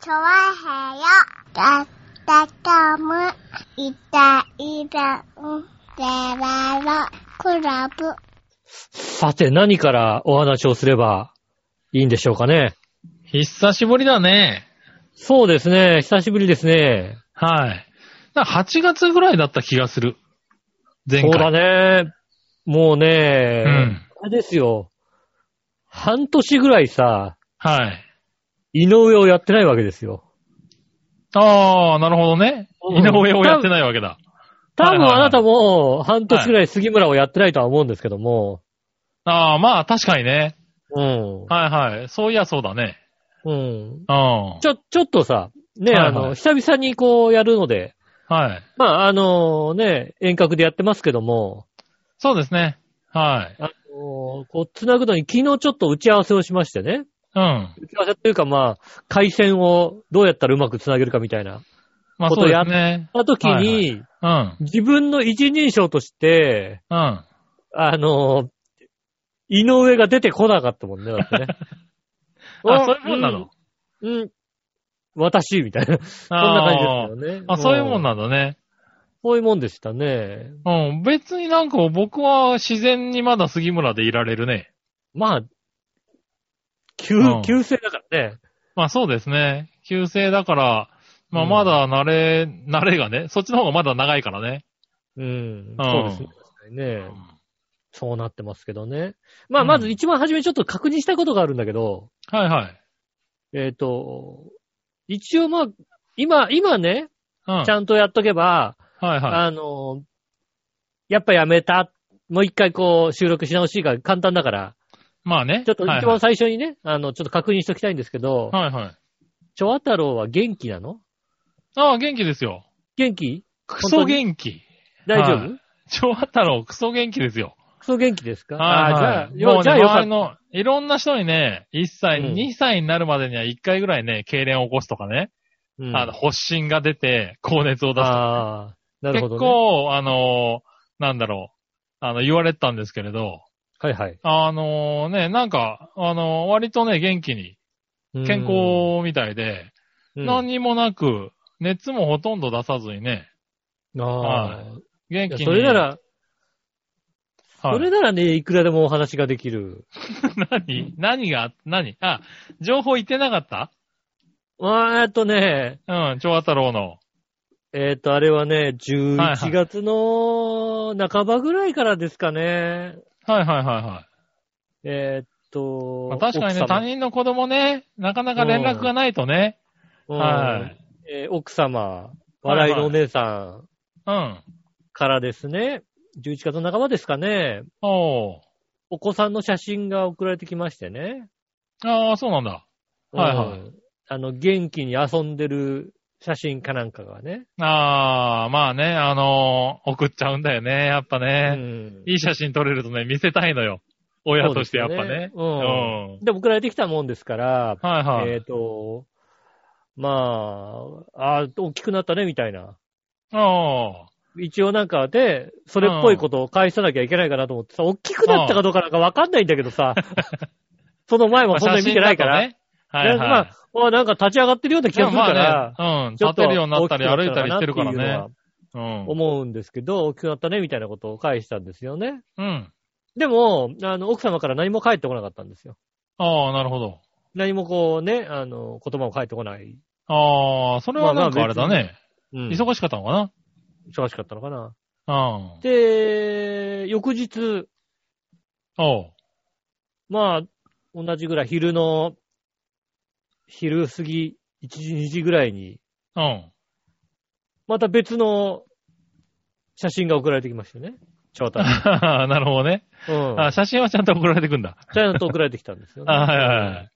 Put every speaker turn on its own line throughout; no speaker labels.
チョワヘヨだったかむいたいたんでららクラブ
さて、何からお話をすればいいんでしょうかね。
久しぶりだね。
そうですね。久しぶりですね。
はい。だから8月ぐらいだった気がする。前
そ
回。
うだね。もうね、
うん
あれですよ。半年ぐらいさ、
はい。
井上をやってないわけですよ。
ああ、なるほどね。
うん
井上をやってないわけだ。
多
はいは
分
いはい
あなたも半年ぐらい杉村をやってないとは思うんですけども。
ああ、まあ確かにね。
うん。
はいはい。そういやそうだね。
うん。
うん。
ちょ、ちょっとさ、ね、
はいはい
あの、久々にこうやるので、
はい。
まあ、あのね、遠隔でやってますけども、
そうですね。はい。
あのこう、繋ぐのに昨日ちょっと打ち合わせをしましてね。
うん。
打ち合わせっていうかまあ、回線をどうやったらうまく繋げるかみたいな。
まあ
こと
そうで
や
すね。
その時に、
はいはいうん。
自分の一人称として、
うん。
あの、井上が出てこなかったもんね、だって ね。
あ、そういうもんなの。
うん、うん私、みたいな。 そんな
あ
感じですよね。
ーあ、そういうもん
だ。
なんだね。
そういうもんでしたね。
うん。別になんか僕は自然にまだ杉村でいられるね。
まあ、急
うん、
急性だからね。
まあそうですね。旧姓だから、まあ
うん
まだ慣れ、慣れがね、そっちの方がまだ長いからね。
うん
う。ん
そうですね。確かにね
うん。
そうなってますけどね。まあ、
うん
まず一番初めにちょっと確認したいことがあるんだけど、
はいはい。
えっ、と、一応まあ、今、今ね、
うん。
ちゃんとやっとけば、
はいはい。
あの、やっぱやめた、もう一回こう収録し直しが簡単だから、
まあね。
ちょっと
はい
一番最初にね、あの、ちょっと確認しときたいんですけど、
はい。はいはい。
チョア太郎は元気なの
ああ、元気ですよ。
元気
クソ元気。
大丈夫、
はい超あったろ、クソ元気ですよ。
クソ元気ですか
は
あー
いはい。
じゃあ
も
よ、
う
じ
ね、
ゃあよか
周
っ
りの、いろんな人にね、1歳、
うん
2歳になるまでには1回ぐらいね、痙攣を起こすとかね、
た。
あの、発疹が出て、高熱を
うん、
出すとか
あーなるほど、
結
ね。
構、あのーなんだろう、あの、言われてたんですけれど、
はいはい。
あのーね、なんか、あのー割とね、元気に、健康みたいで、
うん、
何にもなく、熱もほとんど出さずにね、
うんあ
は
ー
元
い
気
や
に。
それなら、
はい、
それならね、いくらでもお話ができる。
何何が、何あ、情報言ってなかった
あーえっとね、
うん、蝶太郎の。
えっ、と、あれはね、
はいは
11
い
月の半ばぐらいからですかね。
はいはいはいはい。
えっ、と、
まあ、確かにね、
奥様
他人の子供ね、なかなか連絡がないとね。
うん
は
え
い。
ー奥様、笑いのお姉さん
うん。
からですね、11月の半ばですかね、
おー。
お子さんの写真が送られてきましてね。
ああ、そうなんだ。はいはい
うんあの、元気に遊んでる写真かなんかがね。
ああ、まあね、あのー送っちゃうんだよね、やっぱ
う
ね。
ん
いい写真撮れるとね、見せたいのよ。親としてやっぱね。
そう
う
ですよね
ん。
で、送られてきたもんですから、
はいはい。
えっ、と、まあ、あー大きくなったね、みたいな。
あ
一応なんかで、それっぽいことを返さなきゃいけないかなと思ってさ、大きくなったかどうかなんかわかんないんだけど さ、その前
あ。
もそんなに見てないから。
まあ写真だとねは
な
い
ん
はい
か。まあ、あなんか立ち上がってるような気がするから、
まあね、うん。
ちょっ
立
と
てるようになったり
大
歩
き
い
く
た
な
り
た
してるか
なっていうのは
らね。うん。
思うんですけど、大きくなったねみたいなことを返したんですよね。
うん。
でも、あの、奥様から何も返ってこなかったんですよ。
ああ、なるほど。
何もこうね、あの、言葉も返ってこない。
ああ、それはなんかあれだね。
うん忙
忙しかったのか
しかったのかな。
なうん。
で、翌日、
おう。
まあ、同じぐらい昼の、昼過ぎ、1時、2時ぐらいに、
うん。
また別の写真が送られてきましたよね。長 太郎。
なるほどね。
うん。
あ、写真はちゃんと送られてくんだ。
ちゃんと送られてきたんですよね。
あはいはいはい。
うん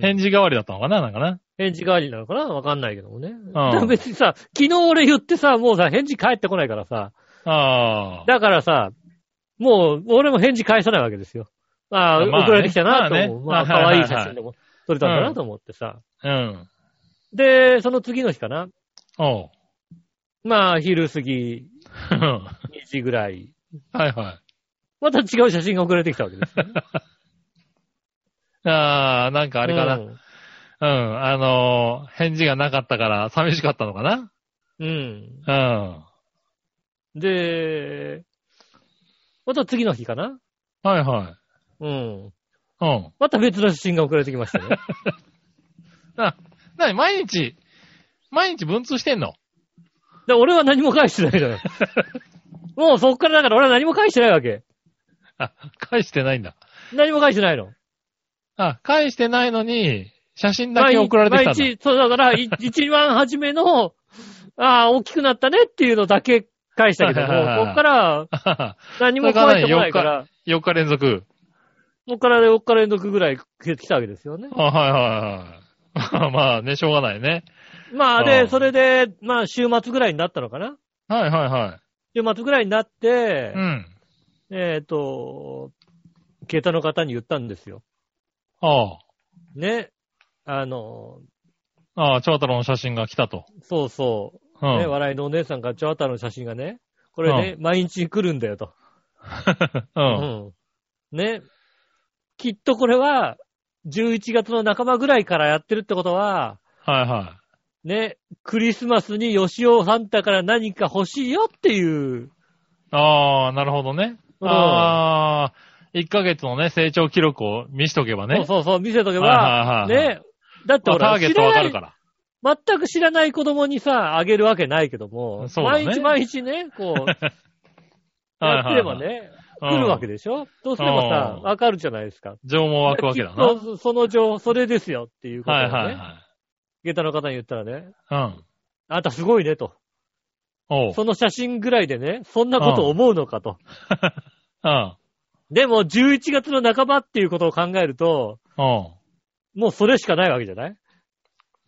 返事代わりだったのかななんかな。
返事代わりなのかなわかんないけどもね。でも 別にさ、昨日俺言ってさ、もうさ、返事返ってこないからさ、
ああ。
だからさ、もう俺も返事返さないわけですよ。ああ、
まあね
送られてきたなと思う。
ま
ま
あ
あ、
ね
可
はいはい
愛
はい
い写真でも撮れたんだなと思ってさ。
うん。
で、その次の日かな。
おう。
まあ、昼過ぎ
は
2時ぐらい。
いは
また違う写真が送られてきたわけです。
い。ああ、なんかあれかな。
うん
うん、あのー返事がなかったから寂しかったのかな
うん。
うん。
で、また次の日かな
はいはい。
うん。
うん。
また別の写真が送られてきました ね。
なに、毎日、毎日文通してんの
で、俺は何も返してないのよ。 もうそっからだから俺は何も返してないわけ。
あ、返してないんだ。
何も返してないの。
あ、返してないのに、写真だけ送られてきたんだ。
毎日、そうだ から、い一番初めの、ああ、大きくなったねっていうのだけ返したけども、
はいはいはいはい
こっから 何も
それがね
返ってこないから、
4日連続。
こっから4日連続ぐらい来たわけですよね。
あ、はいはいはい。 まあね、しょうがないね。
まあ、
う
で、
ん
それで、まあ、週末ぐらいになったのかな
はいはいは
週末ぐらいになっ
い。
て
う、ん。
えっ、と、携帯の方に言ったんですよ。
あ
ね。あの、
あ、ああ、長太郎の写真が来たと。
そうそう。
う
ね、
ん。
笑いのお姉さんからチョアタの写真がね、これね、毎日来るんだよと。
う。
うんね。きっとこれは、11月の半ばぐらいからやってるってことは、
はいは
ね、クリスマスに吉尾ハンタから何か欲しいよっていう、
い。ああ、なるほどね。
うん
ああ、1ヶ月のね、成長記録を見しとけばね。
そうそうそう、見せとけば
は、いはいはいはい
ね、だって
まあ
ほ
タ
ら、
ーゲ
知
ットわ
ら
か
な
る
い
か、ら。
全く知らない子供にさ、あげるわけないけども、
そうだね
毎日毎日ね、こう、 やってれば
はいはいはい。
ね、
うん
来るわけでしょそうすればさ
う、ん
わかるじゃないですか。
情も湧くわけだな。
きっとその情、それですよっていうことを
は
ね、
いはいは
下駄の方に言ったらね、
い。うん。
あんたすごいねと。
おう。
その写真ぐらいでね、そんなこと思うのかと。
うん。
でも、11月の半ばっていうことを考えると、
おう。
もうそれしかないわけじゃない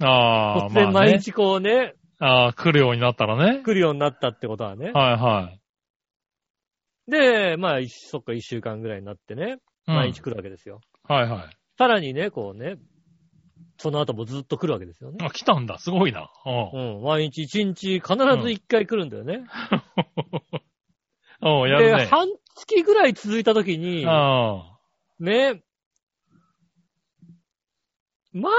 あ
突
あ、ま
然
あ、ね
毎。日こうね、
ああ、来るようになったらね。
来るようになったってことはね。
はいはい。
で、まあ、いそっか、一週間ぐらいになってね、
うん
毎日来るわけですよ。
はいはい。
さらにね、こうね、その後もずっと来るわけですよね。
あ、来たんだ。すごいな。
う、
おうん
毎日一日必ず一回来るんだよね。
おうやる
で、
ね。
半月ぐらい続いた時に、
あ
ね、万、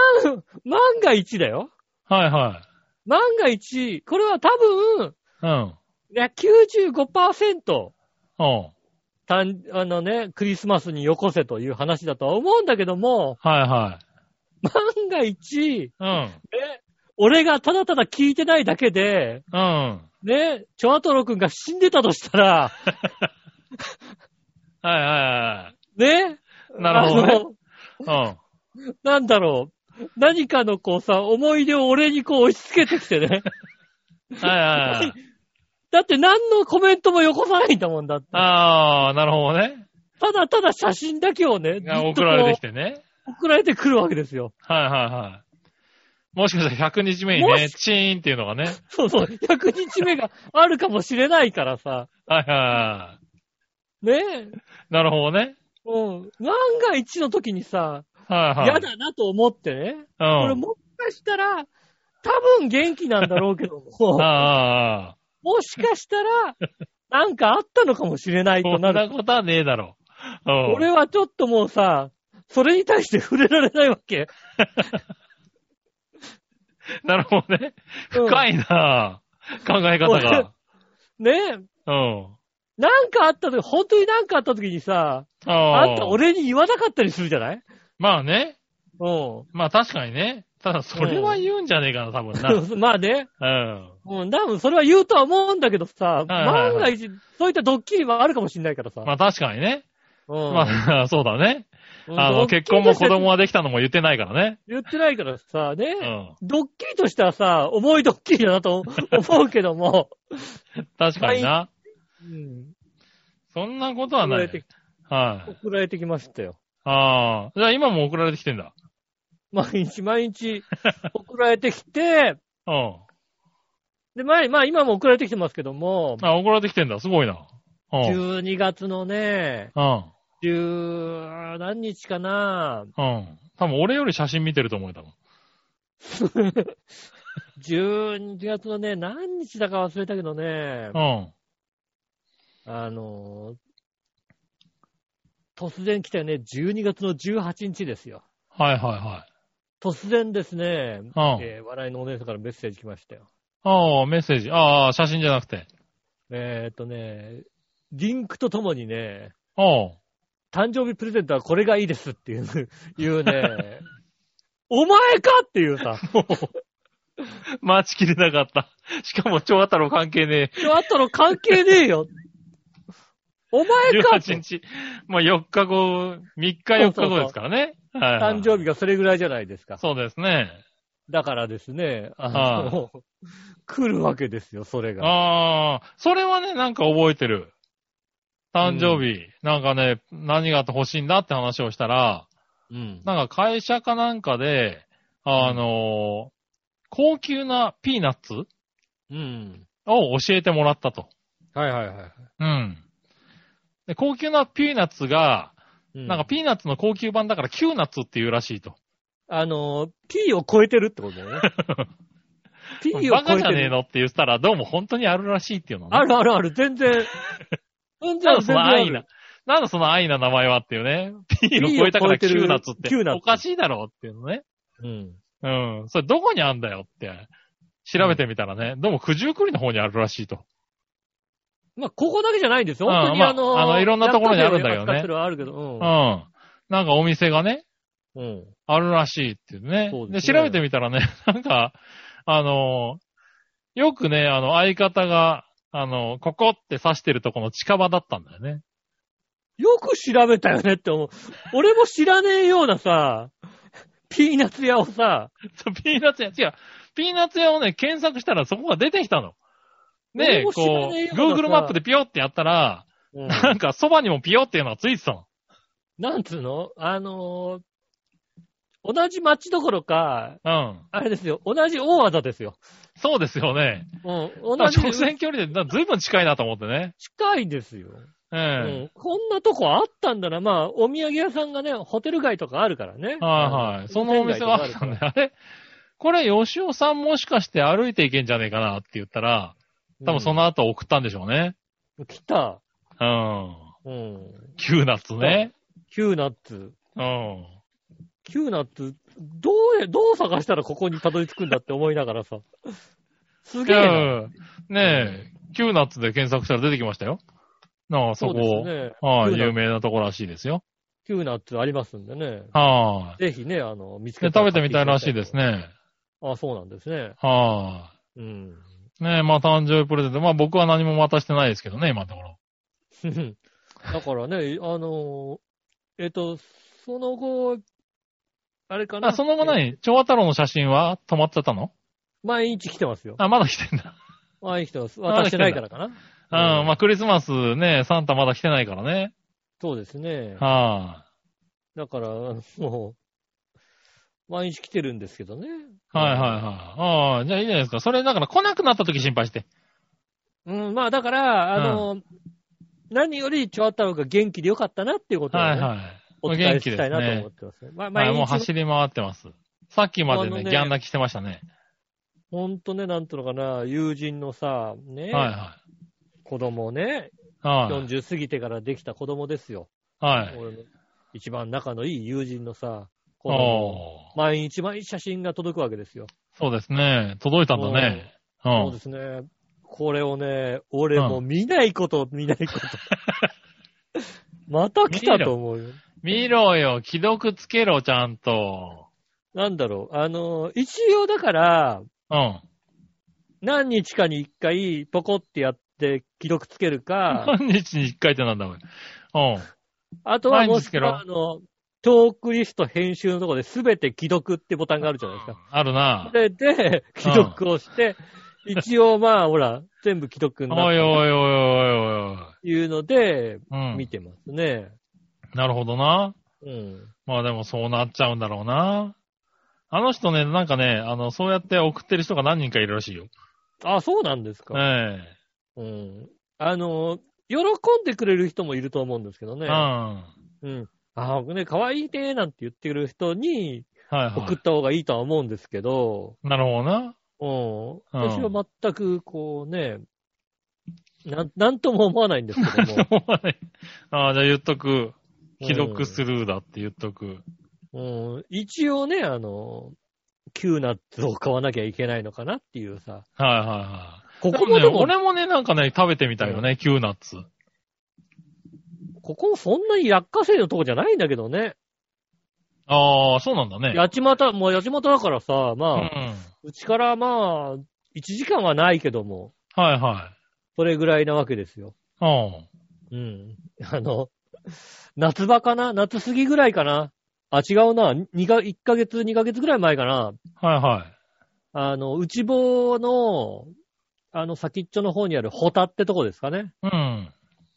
万が一だよ。
あ。はいは
万が一、これは多分、
い。うん。
いや、95%、
おう
たん、あのね、クリスマスによこせという話だとは思うんだけども、
はいは
万が一、
い。うん。
ね、俺がただただ聞いてないだけで、
うん。
ね、チョアトロ君が死んでたとしたら、
はいは
ね、
いはい。なるほ
あ
ど
の
ね。うん。
なんだろう、何かのこうさ、思い出を俺にこう押し付けてきてね。
はいはいはい。
だって何のコメントもよこさないんだもんだって。
ああ、なるほどね。
ただただ写真だけをね、ずっと
が
こう
送られてきてね。
送られてくるわけですよ。
はいはいはい。もしかしたら100日目に
も
ね、
し
チーンっていうのがね。
そうそう、100日目があるかもしれないからさ、
はいは
ねえ、
い。なるほどね。
うん、万が一の時にさ、
はいはい。
嫌だなと思ってね、これ
うん。
もしかしたら、多分元気なんだろう けど
ああ
も、
ああ、ああ。
もしかしたら、なんかあったのかもしれない
そ
と
ん
なる
なことはねえだろう。
俺はちょっともうさ、それに対して触れられないわけ。
うんなるほどね。
うん
深いな考え方が。
ねえ。
うん。
なんかあった時、本当になんかあった時にさ、
あ
あ
あ
んた俺に言わなかったりするじゃない
まあね。
う
まあ確かにね。ただそれは言うんじゃねえかな、多分な。う
。
ん
まあね。
ん。
うん、多分それは言うとは思うんだけどさ、
はいはいはい
万が一、そういったドッキリはあるかもしれないからさ。
まあ確かにね。
うん
まあ そうだね。
うん
あ
ド
の、
ッキリ
結婚も
として
子供はできたのも言ってないからね。
言ってないからさ、
う
ね。
ん。
ドッキリとしてはさ、重いドッキリだなと思うけど も。
確かにな。
うん。
そんなことは
送ら
な
れ
い。
てき、
はい。
送られてきましたよ。
ああ。じゃあ今も送られてきてんだ。
毎日毎日送られてきて、
うん。
で、前、まあ今も送られてきてますけども、
あ、送られてきてんだ。すごいな。うん。
12月のね、
うん。
10何日かな、
うん。多分俺より写真見てると思うよ、多分。
12月のね、何日だか忘れたけどね、
うん。
あのー突然来たよね、12月の18日ですよ。
はいはいは
突然ですね、
うん。
えー笑いのお姉さんからメッセージ来ましたよ。
ああ、メッセージ。ああ、写真じゃなくて。
えーっとね、リンクとともにね、
おう。
誕生日プレゼントはこれがいいですっていう、 いうね、お前かっていうさ、
待ちきれなかった。しかも、蝶太郎関係ね
あとの関係ねえ よ。お
え。
前か
18日。 まあ、4日後、3日4日後ですからね。はいはい
誕生日がそれぐらいじゃないですか。
そうですね。
だからですね、あの、来るわけですよ、それが。
ああ、それはね、なんか覚えてる。誕生日、なんかね、何が欲しいんだって話をしたら、
うん。
なんか会社かなんかで、あのー高級なピーナッツ
うん。
を教えてもらったと。
はいはいはい。
うん。で、高級なピーナッツが、
な
なんか、ピーナッツの高級版だからキューナッツっていうらしいと。
あの、P を超えてるってことだよ ね。P を超えてる。
バカじゃねえのって言ったら、どうも本当にあるらしいっていうのね。
あるあるある、全 然。全然
な
ある、
んだそ
全然
の
あ
安易
る
な。。なんだその安易な名前はっていうね。P を超えたからキューナッツって
キューナッツ
おかしいだろうっていうのね。
うん。
うん。それどこにあんだよって。調べてみたらね、どうも九十九里の方にあるらしいと。
まあ、ここだけじゃないんですよ。
うん
本当に
まあ
あの、
あのいろんなところにあるんだけ
百
どね
貨店を扱ってるはあるけど
う、ん。なんかお店がね、
うん。うん。
あるらしいっていうね。
そう
で
ですね
調べてみたらね、 なんか、あのーよくね、あの、相方が、あのここって指してるとこの近場だったんだよね。
よく調べたよねって思う。俺も知らねえような さ、ピーナッツ屋をさ、
そうピーナッツ屋、違う。ピーナッツ屋をね、検索したらそこが出てきたの。
俺
で、
も知ら
こ
ねえよ
う、
うなさ
Google マップでピヨってやったら、
うん
なんかそばにもピヨっていうのがついてたの。
なんつうのあのー同じ町どころか、
うん。
あれですよ、同じ大技ですよ。
そうですよね。
うん、同
直
じ
線距離でずいぶん近いなと思ってね。
近いですよ。
う。
うんん、こんなとこあったんだな。まあ、お土産屋さんがね、ホテル街とかあるからね。
はいはい。そのお店はあったんで、
よ。
あれこれ、吉尾さんもしかして歩いていけんじゃねえかなって言ったら、多分その後送ったんでしょうね。
うん。来た。
う
う
ん。
ん。
キューナッツね。
キューナッツ。
うん。
キューナッツ、どうや、どう探したらここにたどり着くんだって思いながらさ。す
い
げえ
や
な。
ねえ、キューナッツで検索したら出てきましたよ。なあ、
そ
そ
う
こ。
ですね。
は
キューナッ
い、
ツ
有名なとこらしいですよ。
キューナッツありますんでね。
はい、
ぜひね、あの、見つ
で
けたら
食べてみたいらしいです
ね。
ね。
あ、そうなんですね。
は
うん。
い、ねえ、まあ誕生日プレゼント。まあ僕は何も渡してないですけどね、今のところ。
だからね、あの、えっと、その後、あれかな。
あ、その後何蝶和太郎の写真は止まっちゃったの
毎日来てますよ。
あ、まだ来てんだ。
毎日来てます。渡してないからかな。
うん、
うん
まあクリスマスね、サンタまだ来てないからね。
そうですね。
は
だから、もう、毎日来てるんですけどね。
い、はいはいはい。ああ、じゃあいいじゃないですか。それだから来なくなった時心配して。
うん、まあだから、あの、何より、チョアタロが元気でよかったなっていうことを、ね
はいはい。
お伝えしたいなと思ってますね。まあ、
はい、
毎
もう
日、
走り回ってます。さっきまで
あの
ね、
ね
ギャン泣きしてましたね。
ほんとね、なんとのかな、友人のさ、ね、
はいは
子供をね、
い。はい。
40過ぎてからできた子供ですよ。
はい。
俺の一番仲のいい友人のさ、子供。
おー
毎日毎日写真が届くわけですよ。
そうですね。届いたんだね。う
そうで
ん。
すね。これをね、俺も見ないこと、見ないこと。 また来たと思うよ。
見ろよ、既読つけろ、ちゃんと。
なんだろう。あの、一応だから、
うん。
何日かに一回、ポコってやって、記録つけるか、
何日に一回ってなんだ、おい。うん。
あとは
毎
も
日
し
つ
く
けろ
は、あの、トークリスト編集のところで全て既読ってボタンがあるじゃないですか。
あるな
そ。れ で、既読をして、一応まあ、ほら、全部既読にな
おいおい
っ
おいおいおいおい。
ていうので、
うん
見。てますね。
なるほどな。
うん。
まあでもそうなっちゃうんだろうな。あの人ね、なんかね、あの、そうやって送ってる人が何人かいるらしいよ。
あ、そうなんですか。
え
うん。あの、喜んでくれる人もいると思うんですけど
え。う
ね
ん。。は
うん。あ、僕ね、可愛いね、なんて言ってくれる人に
いは
送った方がいいとは思うんですけど、
い。なるほどな。
うん。私は全く、こうね、なん、なんとも思わないんですけども。
ああ、じゃあ言っとく。既読スルーだって言っとく。
うん、一応ね、あの、旧ナッツを買わなきゃいけないのかなっていうさ。
はいはいはい。
ここ
で
も
も
で
ね、
も、
俺もね、なんかね、食べてみたいよね、キューナッツ。
ここもそんなに落花生のとこじゃないんだけどね。
ああ、そうなんだね。
八街、もう八街だからさ、
うん。
まあ、うちからまあ、1時間はないけども、
はいは
それぐらいなわけですよ。
い。うん。
うん。あの、夏場かな夏過ぎぐらいかなあ、違うな。二か、1ヶ月、2ヶ月ぐらい前かな
はいは
あの、内房の、あの、先っちょの方にあるホタってとこですかね。
い。うん。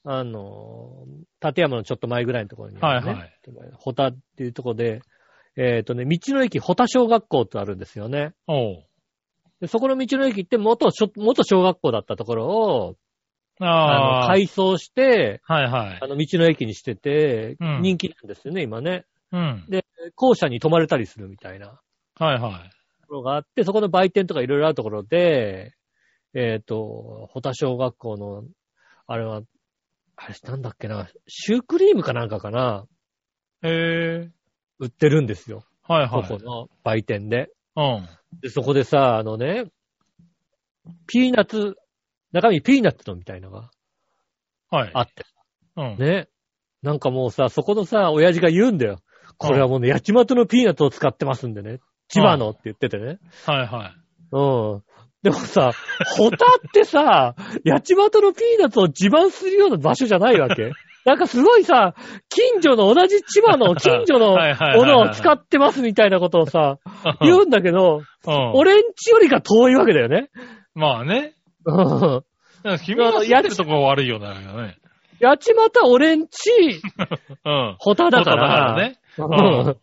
あの、立山のちょっと前ぐらいのところにあ
はい
る、ね。
は。い。
ホタっていうとこで、えっ、とね、道の駅ホタ小学校ってあるんですよね。
おう。
でそこの道の駅って元小、元小学校だったところを、あ
ああ。
の、改装して、
はいはい
あ。の、道の駅にしてて、
うん
人気なんですよね、今ね。
うん。
校舎に泊まれたりするみたいな
はいはい。
ところがあって、そこの売店とかいろいろあるところで、えっ、と、ホタ小学校の、あれは、あれなんだっけな、シュークリームかなんかかな、
へえ。
売ってるんですよ。
はい
そ
はい
こ。の売店で。
うん。
で、そこでさ、あのね、ピーナッツ、中身ピーナッツのみたいのが
はい。
あって、
うん。
ね。なんかもうさ、そこのさ、親父が言うんだよ。これはもうね、八街のピーナッツを使ってますんでね。千葉のって言っててね。
はいはい。
うん。でもさ、ホタってさ、八街のピーナッツを自慢するような場所じゃないわけなんかすごいさ、近所の同じ千葉の近所の
はいはいはい
も
はい
のを使ってますみたいなことをさ、言うんだけど、
うん、
俺んちよりが遠いわけだよね。
まあね。
うん。
だから君の住んでるとこが悪いようだけどね。
八街俺んち、
うん。
ホタだから。
ね。
うん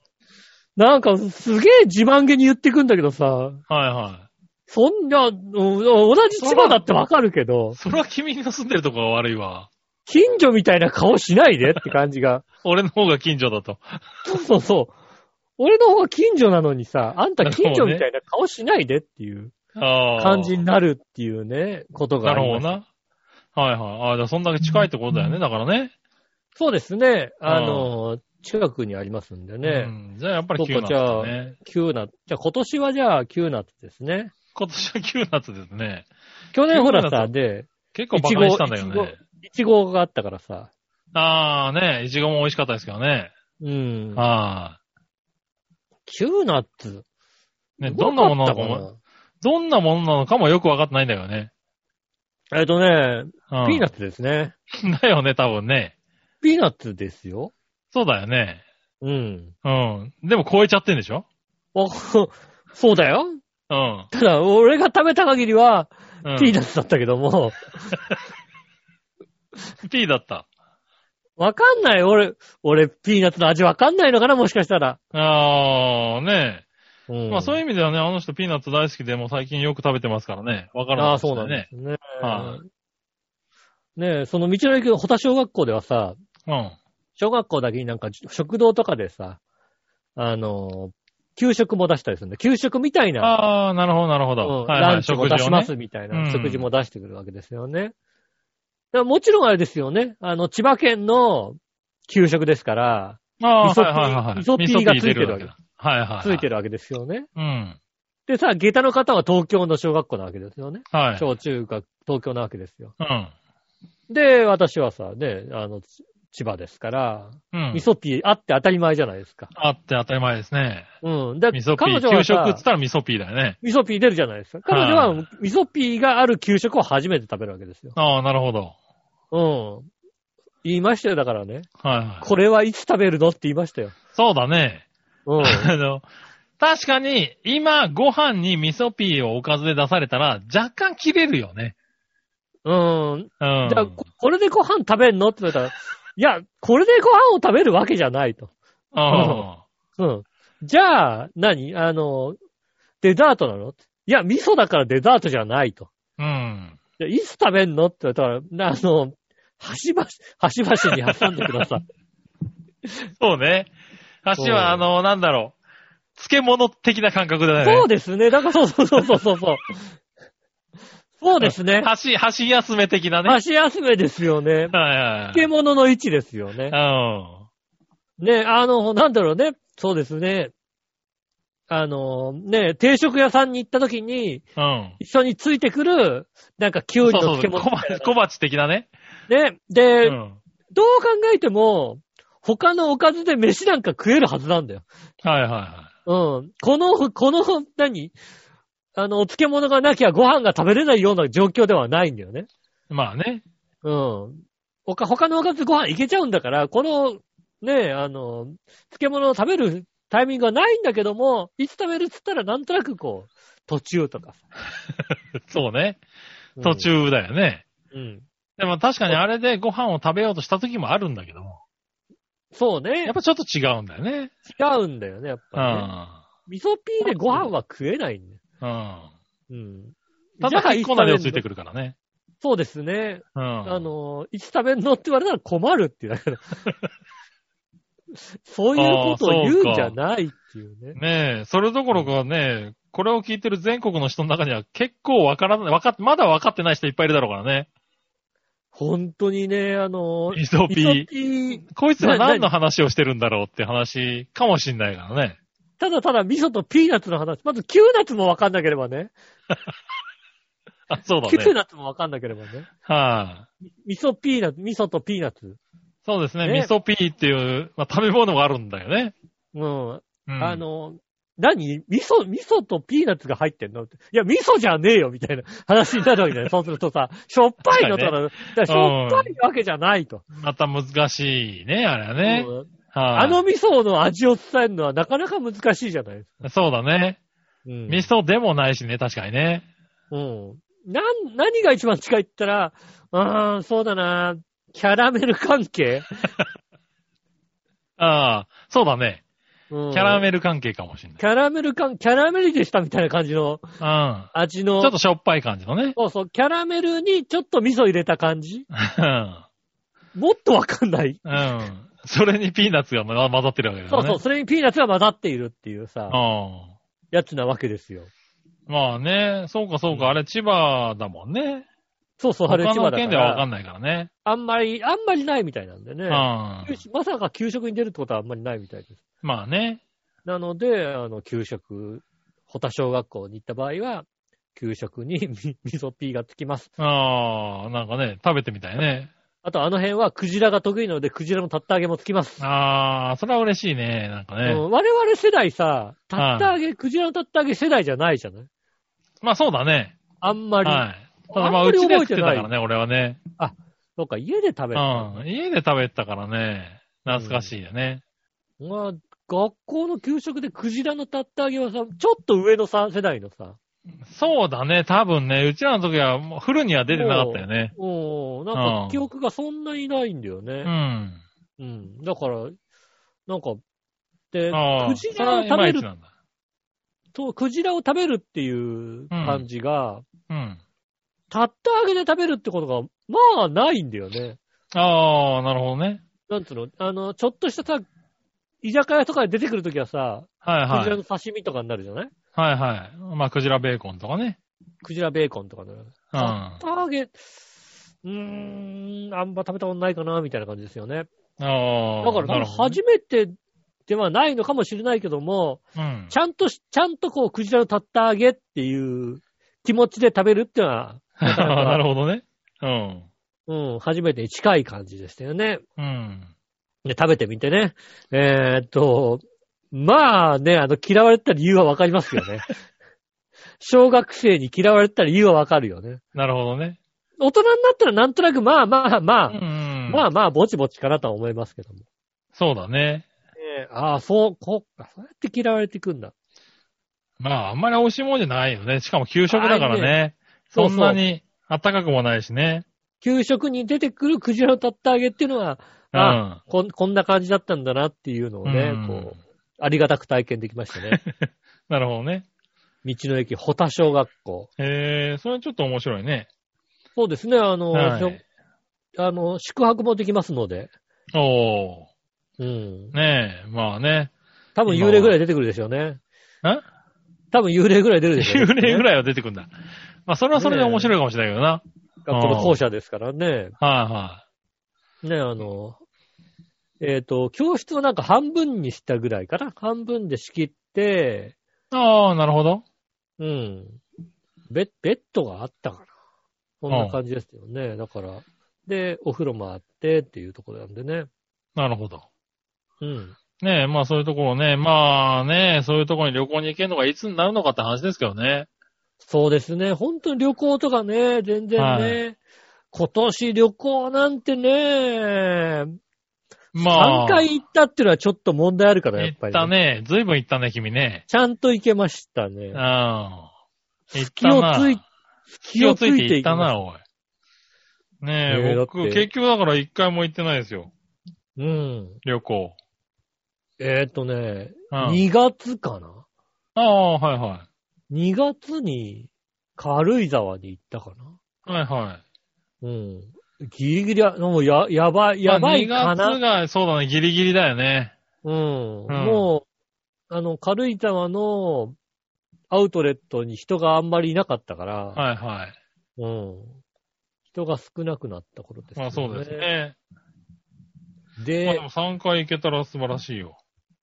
なんかすげえ自慢げに言ってくんだけどさ、
はいは
そんな、うん同じ千葉だってわかるけど
い。、それは君の住んでるとこが悪いわ。
近所みたいな顔しないでって感じが。
俺の方が近所だと。
そうそうそう。俺の方が近所なのにさ、あんた近所みたいな顔しないでっていう
ああ。
感じになるっていうね、ことが
な
あ
る
り
ほど
ました。
な。はいはい。ああ、じゃあそんだけ近いってことだよね。だからね。
そうですね。あの、近くにありますんで
う
ね。
んじゃあやっぱり9
そうかじゃあ
夏ね。
急な、じゃあ今年はじゃあ急なですね。
今年は9夏ですね。
去年ほら
急な
さ、で、
結構バカにしたんだよ
いちごい
ね
ち。いちごがあったからさ。
ああね、いちごも美味しかったですけどね。
うん。
ああ。
急なっつ。
ね、
ど
ど
うん
な
だ
ものなのかも、どんなものなのかもよくわかってないんだよね。
えっとね、
うん
ピーナッツですね。
だよね、多分ね。
ピーナッツですよ。
そうだよね。
うん。
うん。でも超えちゃってんでしょ
あ そうだよ。
うん。
ただ、俺が食べた限りは、
うん
ピーナッツだったけども、
P だった。
わかんない。俺、俺、ピーナッツの味わかんないのかな、もしかしたら。
ああ、ね
うん
まあそういう意味ではね、あの人ピーナッツ大好きで、もう最近よく食べてますからね。わから
あ
な
あ、
いです
そうな
よ
んで
ね。
すね。
は
ねえ、その道の駅の保田小学校ではさ、
うん。
小学校だけになんか食堂とかでさ、あの、給食も出したりするんで、給食みたいな、
ああ、なるほど、なるほ
う
ど。
ん
はい
ラ
は
ン
い、
チも
食
出
事
し
を
ま
ね。
すみたい
うん
な、食事も出してくるわけですよね。だからもちろんあれですよね、あの、千葉県の給食ですから、
ああ、
みそピ
はい
ー
はいはい。
みそピーがついてるわけ
だ。はいはいはい。
ついて
る。
るわけですよね。
うん。
でさ、下駄の方は東京の小学校なわけですよね。
はい。
小中学、東京なわけですよ。
うん。
で、私はさ、ね、あの、ち千葉ですから、
うん。
味噌ピーあって当たり前じゃないですか。
あって当たり前ですね。
うん。で、
味噌ピ
彼
ー。
女は
給食って言
さ
っ、たら味噌ピーだよね。
味噌ピー出るじゃないですか。彼女
は
は味噌ピーがある給食を初めて食べるわけですよ。
ああ、なるほど。
うん。言いましたよ、だからね。
はいはい。
これはいつ食べるのって言いましたよ。
そうだね。
うん。
あの、確かに、今、ご飯に味噌ピーをおかずで出されたら、若干切れるよね。
うん。
うん。
じゃあ、ここれでご飯食べんのって言われたら、いや、これでご飯を食べるわけじゃないと。
うん。
うん。じゃあ、何あの、デザートなのいや、味噌だからデザートじゃないと。
うん。
いやいつ食べんのって言われたら、あの、端々、端々に挟んでくださ い。
そうね。足
うん
は、あの、なんだろう。漬物的な感覚だよね。
そうですね。だから、そうそうそうそうそう。そうです ね。
箸、箸休め的なね。はい
箸休めですよね。
はいはい。
漬物の位置ですよね。
うん。
ね、あの、なんだろうね。そうですね。あの、ね、定食屋さんに行った時に、
うん。
一緒についてくる、なんか、キュウ
そう
リの
そう
漬
そう、
物
小鉢、小鉢的なね。
ね。
う
で、
ん。
どう考えても、他のおかずで飯なんか食えるはずなんだよ。
はいはいは
うん。この、この、何あの、お漬物がなきゃご飯が食べれないような状況ではないんだよね。
い。まあね。
うん。他、他のおかずご飯いけちゃうんだから、この、ねえ、あの、漬物を食べるタイミングはないんだけども、いつ食べるっつったらなんとなくこう、途中とかさ。
そうね。
うん
途。中だよね。
うん。
でも確かにあれでご飯を食べようとした時もあるんだけども。
そうね。
や
や
っ
っ
ぱちょっと違うんだよね。
ぱ違うんだよね、やっ
う
ぱ、ね。
ん。
味噌ピーでご飯は食えないんだよ。
うん。
うん。
た
じゃ
だ
あ
結構な量ついて
いつ食べんの
くるからね。
そうですね。
うん。
あの、いつ食べんのって言われたら 困るっていうだけだ。そういうことを言うんじゃないっていうね。
ねえ、それどころかね、これを聞いてる全国の人の中には結構わからない、わかっ、まだわかってない人いっぱいいるだろうからね。
本当にね、あの、
イソ
味噌
ピー。
ピー、
こいつら
な
何の話をしてるんだろうって話かもしんないからね。
ただただ味噌とピーナッツの話。まず、キューナッツもわかんなければね。
あ、そうだ
キュー
ね。
ナッツもわかんなければね。
はい、
味噌ピーナッツ、味噌とピーナッツ。
そうですね。
ね
味噌ピーっていう、まあ、食べ物があるんだよね。
うん。
うん、
あ、の、何味噌、味噌とピーナッツが入ってんのっていや、味噌じゃねえよみたいな話になるわけじゃない。そうするとさ、しょっぱいのとか、だからしょっぱいわけじゃないと。
また難しいね、あれはね。
うん
は
あ
い
の味噌の味を伝えるのはなかなか難しいじゃないですか。
そうだね。
うん
味噌でもないしね、確かにね。
うん。なん、何が一番近いって言ったら、うーん、そうだな、キャラメル関係、
ああ、そうだね。
うん、
キャラメル関係かもしんない。
キャラメル感、キャラメリでしたみたいな感じの
うん。
味の。
ちょっとしょっぱい感じ のね。
そうそう、キャラメルにちょっと味噌入れた感じ
うん。
もっとわかんない。
うん。それにピーナッツがま混ざってるわけだ
そ
よ
う
ね。
そう、それにピーナッツが混ざっているっていうさ、
あ
やつなわけですよ。
あまあね、そうかそうか、あれ千葉だもんね。
そうそう、あ
他
れ千葉
の
だか、
県ではわからんないからね。
あんまり、あんまりないみたいなんで
う
ね
ん。。
給食まさか給食に出るってことはあんまりないみたいです。
まあね。
なので、あの、給食、保田小学校に行った場合は、給食に 味噌ピーがつきます。
ああ、なんかね、食べてみたいね。
あと、あの辺はクジラが得意なので、クジラのたった揚げもつきます。
ああ、それは嬉しいね。なんか
う
ね。
ん、我々世代さ、たった揚げ、クジラのたった揚げ世代じゃないじゃない
まあそうだね。
あんまり。
はい。ただま
あ
あ、
んま
う
り
ちで
覚え
食ってて
ない
たからね、俺はね。
そうか、家で食べる。
うん。家で食べてたからね。懐かしいよね。
まあ、学校の給食でクジラのたった揚げはさ、ちょっと上のさ世代のさ、
そうだね。多分ね、うちらの時はもうフルには出てなかったよね。
おーなん
う
か
ん
記憶がそんなにないんだよ
う
ね。
ん。
うん。だから、なんか、で、
ああ、
クジラを食
それはいま
べ
いち
る
なんだ。
と、クジラを食べるっていう感じが、
うん。
たった揚げで食べるってことが、まあ、ないんだよね。
ああ、なるほどね。
なんつうの、あの、ちょっとしたさ、居酒屋とかで出てくるときはさ、
はい
クジラ
はい。
の刺身とかになるじゃない、
はいはい。まあ、クジラベーコンとかね。
クジラベーコンとかになる。
うん。
あ
あ
った揚げ、うーん、あんま食べたことないかな、みたいな感じですよね。だ
あ。
から、
なるほどね
初めてではないのかもしれないけども、
うん
ち。ゃんとし、ちゃんとこう、クジラのたった揚げっていう気持ちで食べるっていうのは、なかなか
なるほどね。うん。
うん、初めてに近い感じでしたよね。
うん。
で食べてみてね。えーっと、まあね、あの、嫌われてた理由はわかります よね。小学生に嫌われてた理由はわかるよね。
なるほどね。
大人になったらなんとなく、まあまあまあ、
うん。
ま
あ、
あまあ、ぼちぼちかなとは思いますけども。
そうだね。
ああ、そう、こうか、そうやって嫌われていくんだ。
まあ、あんまり美味しいもんじゃないよね。しかも給食だから
な
ね。
そうそ
そ
うん
なに暖かくもないしね。
給食に出てくるクジラのたった揚げっていうのは、
う
あ
ん。
こんこんな感じだったんだなっていうのをね、
うん
こう、ありがたく体験できました ね。
なるほどね。
道の駅、保田小学校。
へえ、それちょっと面白いね。
そうですね、あの、
はい
しょあの宿泊もできますので、
お
うん。
ー。ねえ、まあね。
多分幽霊ぐらい出てくるでしょうね。
ん
多分幽霊ぐらい出るでしょう
幽
ね。
霊ぐ
い。
らいは出てくんだ。 まあ、それはそれで面白いかもしれないけどな。
学校の校舎ですからね。
はいはい。
ね、あの、えっ、と、教室をなんか半分にしたぐらいかな。半分で仕切って、
ああ、なるほど。
うん。ベベッドがあったから。そんな感じですよね。だから、で、お風呂もあってっていうところなんでね。
なるほど。
うん。
ねえ、まあそういうところね、まあね、そういうところに旅行に行けるのがいつになるのかって話ですけどね。
そうですね。本当に旅行とかね、全然ね。
は
今年旅行なんてね、
まあ。
3回行ったっていうのはちょっと問題あるから、やっぱ
行っ
り、
たね。ずいぶん行ったね、君ね。
ちゃんと行けました
う
ね
ん。。行った
気を
な。
つい、
気をついて行
きま
った
した
な、おい。
ね
ねえ
え、
僕、
だって
結局だから一回も行ってないですよ。
うん。
旅行。
えっ、とね、
うん。
2月かな
ああ、はいは
?2 月に軽井沢に行ったか
い。はいはい。
なうん。ギリギリ、あもうや、やばい、やばい
ま
か
あ2
な、
月が、そうだね、ギリギリだよね。
うん、
ん
もう、あの、軽井沢のアウトレットに人があんまりいなかったから、
はいはい。
うん。人が少なくなった頃です、
まあそうです。ね。まあで
で
も、3回行けたら素晴らしいよ。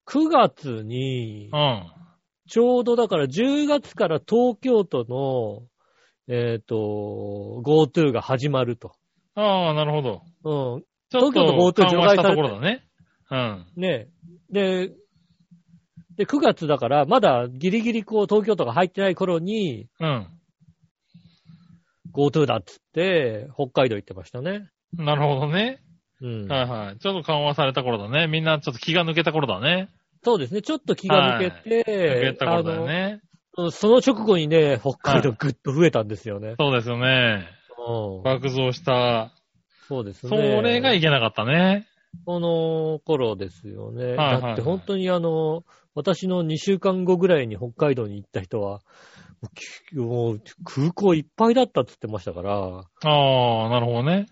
9月に
う、ん。
ちょうどだから10月から東京都の、えっ、と、GoTo が始まると。
ああ、なるほど。
うん。
ちょっ
東京
と
都 GoTo
緩和し
除外
た
されて
ところだね。うん。
ねで、で、9月だから、まだギリギリこう東京都が入ってない頃に
うん。
GoTo だっつって、北海道行ってましたね。
なるほどね。
うん。
はいはい。ちょっと緩和された頃だね。みんなちょっと気が抜けた頃だね。
そうですね。ちょっと気が抜け
抜
て、
けた頃だよね。
あのその直後にね、北海道ぐっと増えたんですよね。
そうですよね。
うん。
爆増した。
そうですね。
それがいけなかったね。
この頃ですよね。
はいはいはい
だって本当にあの、私の2週間後ぐらいに北海道に行った人は、もうきもう空港いっぱいだったって言ってましたから、
ああ、なるほどね。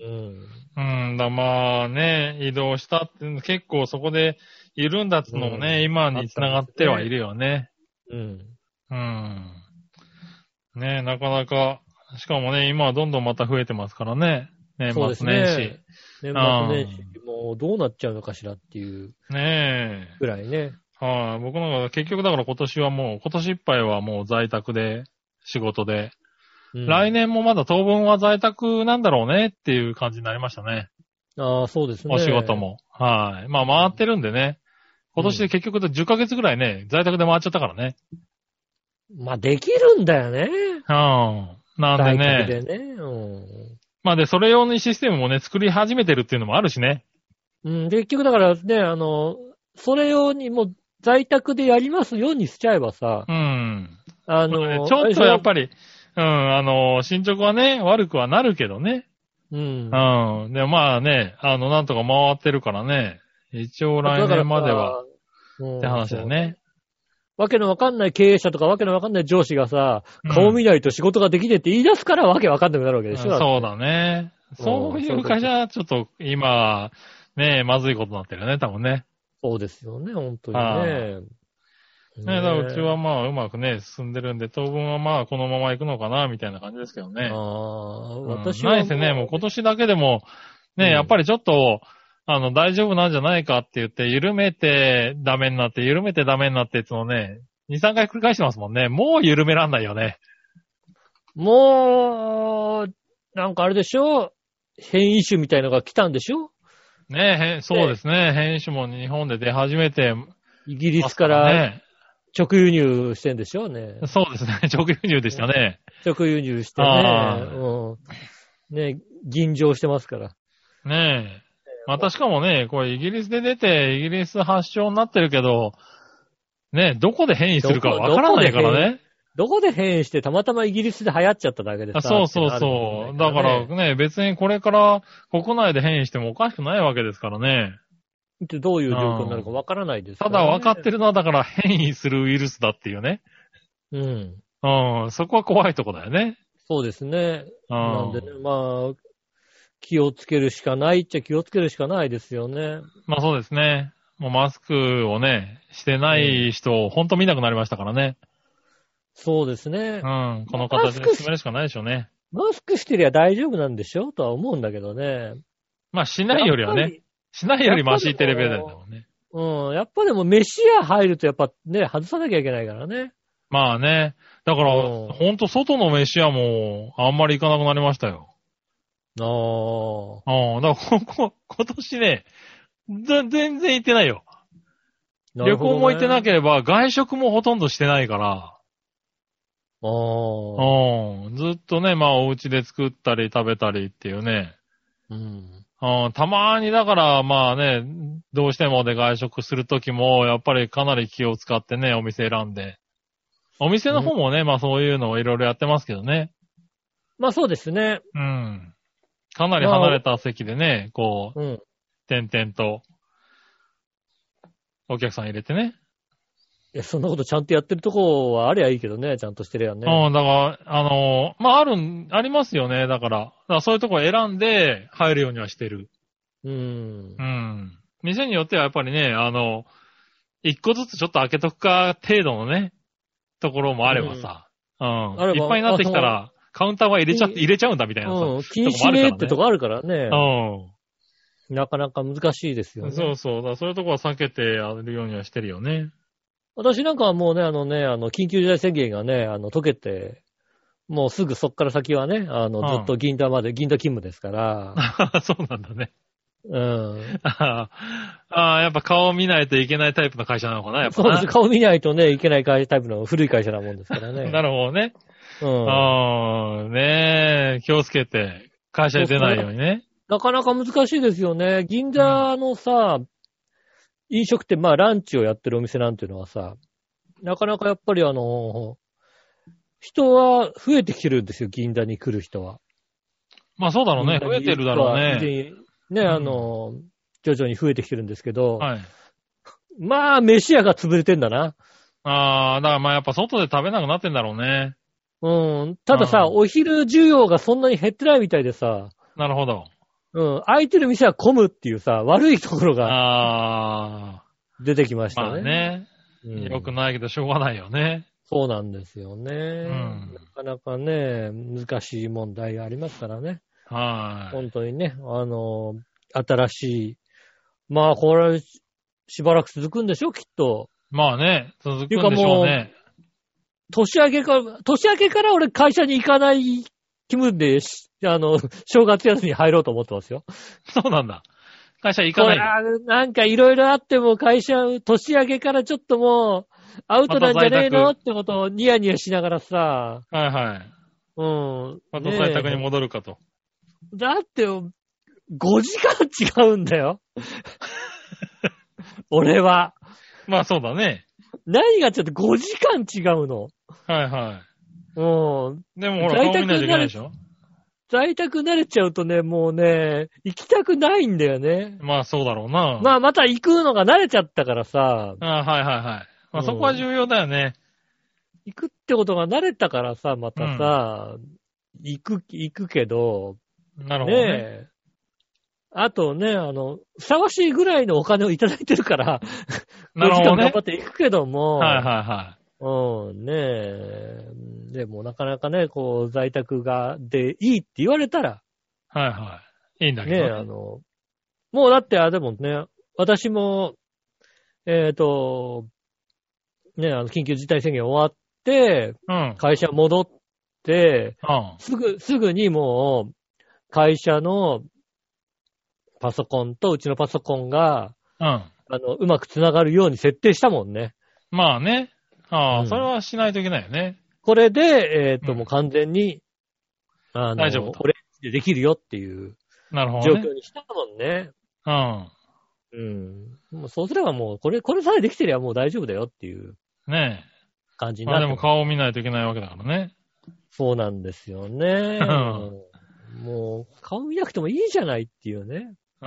うん。
うんだ、まあね、移動したっていうの、結構そこでいるんだっていうのもね、
うん
今に繋がってはいるよね。
うん。
うん。ねなかなか、しかもね、今はどんどんまた増えてますからね。年
そうです
末年始。
ね。年末年始、もうどうなっちゃうのかしらっていう
ねえ。
ぐらいね。
はい、僕なんか結局だから今年はもう、今年いっぱいはもう在宅で、仕事で。
うん
来年もまだ当分は在宅なんだろうねっていう感じになりましたね。
ああ、そうですね。
お仕事。も。はい。まあ回ってるんでね。今年で結局10ヶ月ぐらいね、在宅で回っちゃったからね。
まあ、できるんだよね。
うん。なんで
在宅
ね。
でね。うん。
まあで、それ用にシステムもね、作り始めてるっていうのもあるしね。
うん、結局だからね、あの、それ用にもう在宅でやりますようにしちゃえばさ、
うん。
あ
まあね
の、
ちょっとやっ
り、
ぱり、うん、あの、進捗はね、悪くはなるけどね。
うん。
うん。で、まあね、あの、なんとか回ってるからね。一応来年までは、
うん、
って話だよね。
わけのわかんない経営者とかわけのわかんない上司がさ、
うん
顔見ないと仕事ができねえって言い出すからわけわかんなくなるわけでしょ。
そうだね。
うん
そういう会社はちょっと今、ねまずいことになってるよね、多分ね。
そうですよね、本当に
は
ね。
ねだからうちはまあうまくね、進んでるんで、当分はまあこのまま行くのかな、みたいな感じですけど
あ
ね。
あ、
うん
私は。
ないですね、もう今年だけでも、
うん
ね、やっぱりちょっと、あの、大丈夫なんじゃないかって言って、緩めてダメになって、緩めてダメになってってのをね、2、3回繰り返してますもんね。もう緩めらんないよね。
もう、なんかあれでしょ変異種みたいのが来たんでしょ
ねえ、へんそうですね。変種も日本で出始めて
イギリ
ま
ス
す
か
かららね。
直輸入してんでしょう ね。
そうですね。直輸入でしたね。
直輸入して
あ
ね
あ。
うん。ね、吟醸してますから。
ねえ。またしかもね、これイギリスで出て、イギリス発祥になってるけど、ねえ、どこで変異するか
どこ
わからないからね。
どこで変異してたまたまイギリスで流行っちゃっただけでさ。
あそうそう
っていのあ
そ
る
う。
も
だ
ん
か
ね
ら。ね、別にこれから国内で変異してもおかしくないわけですからね。
ってどういう状況になるかわからないですか
た
ら
だ
ね
分かってるのはだから変異するウイルスだっていうね。
うん。
うん、そこは怖いとこだよね。
そうですね。
う
なんで
ん。
ね、まあ、気をつけるしかないっちゃ気をつけるしかないですよね。
まあそうですね。もうマスクをね、してない人をほんと見なくなりましたからね。
そうですね
う。ん。この形で進めるしかないでしょうね。
マスクしてりゃ大丈夫なんでしょとは思うんだけどね。
まあしないよりは
やっぱ
ね。
り。
しないよりマシってレベルだよね。
うん。やっぱでも飯屋入るとやっぱね、外さなきゃいけないからね。
まあね。だから、
うん
ほんと外の飯屋もあんまり行かなくなりましたよ。
ああ。
うん。だから、こ こ、今年ね、ぜ全然行ってないよ。
なる
旅
ほどね
行も行ってなければ、外食もほとんどしてないから、
ああ。
うん。ずっとね、まあお家で作ったり食べたりっていうね。
うん。
うん、たまにだから、まあね、どうしてもで外食するときも、やっぱりかなり気を使ってね、お店選んで。お店の方もね、まあそういうのをいろいろやってますけどね。
まあそうですね。
うん。かなり離れた席でね、こう、
うん。
点々と、お客さん入れてね。
いや、そんなことちゃんとやってるとこはありゃいいけどね、ちゃんとしてるやんね。
うん、だから、あのーまあ、あるん、ありますよね、だから。だからそういうとこ選んで入るようにはしてる。
うん
う。ん。店によってはやっぱりね、あの、一個ずつちょっと開けとくか程度のね、ところもあればさ。うん。
あれば
いっぱいになってきたら、カウンターは入れちゃって、入れちゃうんだみたいなさ。
うん。禁止令ってとこあるからね。
うん。
なかなか難しいですよね。
そうそう。だからそういうとこは避けてやるようにはしてるよね。
私なんかはもうね、あのね、あの、緊急事態宣言がね、あの、解けて、もうすぐそっから先はね、あ
う
の、
ん
ずっと銀座まで、銀座勤務ですから、
そうなんだね。
うん。
ああ、やっぱ顔見ないといけないタイプの会社なのかな、やっ
そ
ぱ
う
な
です。顔見ないとね、いけない会タイプの古い会社なもんですからね。
なるほどね。
うん。
ああ、ねえ、気をつけて、会社に出ないようにね。
なかなか難しいですよね。銀座のさ、飲食店、まあランチをやってるお店なんていうのはさ、なかなかやっぱりあの、人は増えてきてるんですよ、銀座に来る人は。
まあそうだろうね。増えてるだろうね。
ね。ね、あの、徐々に増えてきてるんですけど、
はい。
まあ、飯屋が潰れてんだな。
ああ、だからまあやっぱ外で食べなくなってんだろうね。
うん。たださ、
うん
お昼需要がそんなに減ってないみたいでさ、
なるほど。
うん、空いてる店は混むっていうさ、悪いところが
ああ、
出てきましたね。
まあね。
うん
よくないけどしょうがないよね。
そうなんですよね。
ん
なかなかね、難しい問題がありますからね。
はい。
本当にね、あの、新しい、まあ、これ、ししばらく続くんでしょ、きっと。
まあね、続くんでしょうね。
年明けから、年明けから俺会社に行かない気分でし、あの、 正月休みに入ろうと思ってますよ。
そうなんだ。会社行かないよ。
これあーなんかいろいろあっても会社、年明けからちょっともう、アウトなんじゃねえの
また在
ってことをニヤニヤしながらさ、
はいはい。
うん。
また在宅に
ね
戻るかと。
えだって、5時間違うんだ よ。俺は。
まあそうだね。
何がちょっと5時間違うの。
はいは
うん。
い。でもほら、
在
顔
宅
見ないといけないでしょ
在宅慣れちゃうとね、もうね、行きたくないんだよね。
まあそうだろうな。
まあ、また行くのが慣れちゃったからさ、
ああ、はいはいはい。ま
う
あ、
ん
そこは重要だよね。
行くってことが慣れたからさ、またさ、行く、行くけど、
なる
ね
ほどね。
え。あとね、あの、ふさわしいぐらいのお金をいただいてるから、
な
5
る
時
ほど
間頑
ね
張。って行くけども、
はいはいは
うん、ねえ。でもなかなかね、こう、在宅が、で、いいって言われたら、
い。はいはい。いいんだけ
ねえ、あ
どね。
の、もうだって、あ、でもね、私も、えっ、と、ねえ、あの、緊急事態宣言終わって、
うん。うん。
会社戻って、すぐ、すぐにもう、会社のパソコンとうちのパソコンが、
うん。
あの、うまくつながるように設定したもんね。
まあね。ああ、
うん
それはしないといけないよね。
これで、えっ、と、
うん
もう完全に、あの、
大丈夫と
オレンジでできるよっていう
なるほ
状
どね。
況にしたもんね。
うん。
うん。もうそうすればもう、これ、これさえできてりゃもう大丈夫だよっていう
ね
感じに
え。ま
なっ
あ
て
で
ま
も
す
顔を見ないといけないわけだからね。
そうなんですよね。もう、顔見なくてもいいじゃないっていうね、
う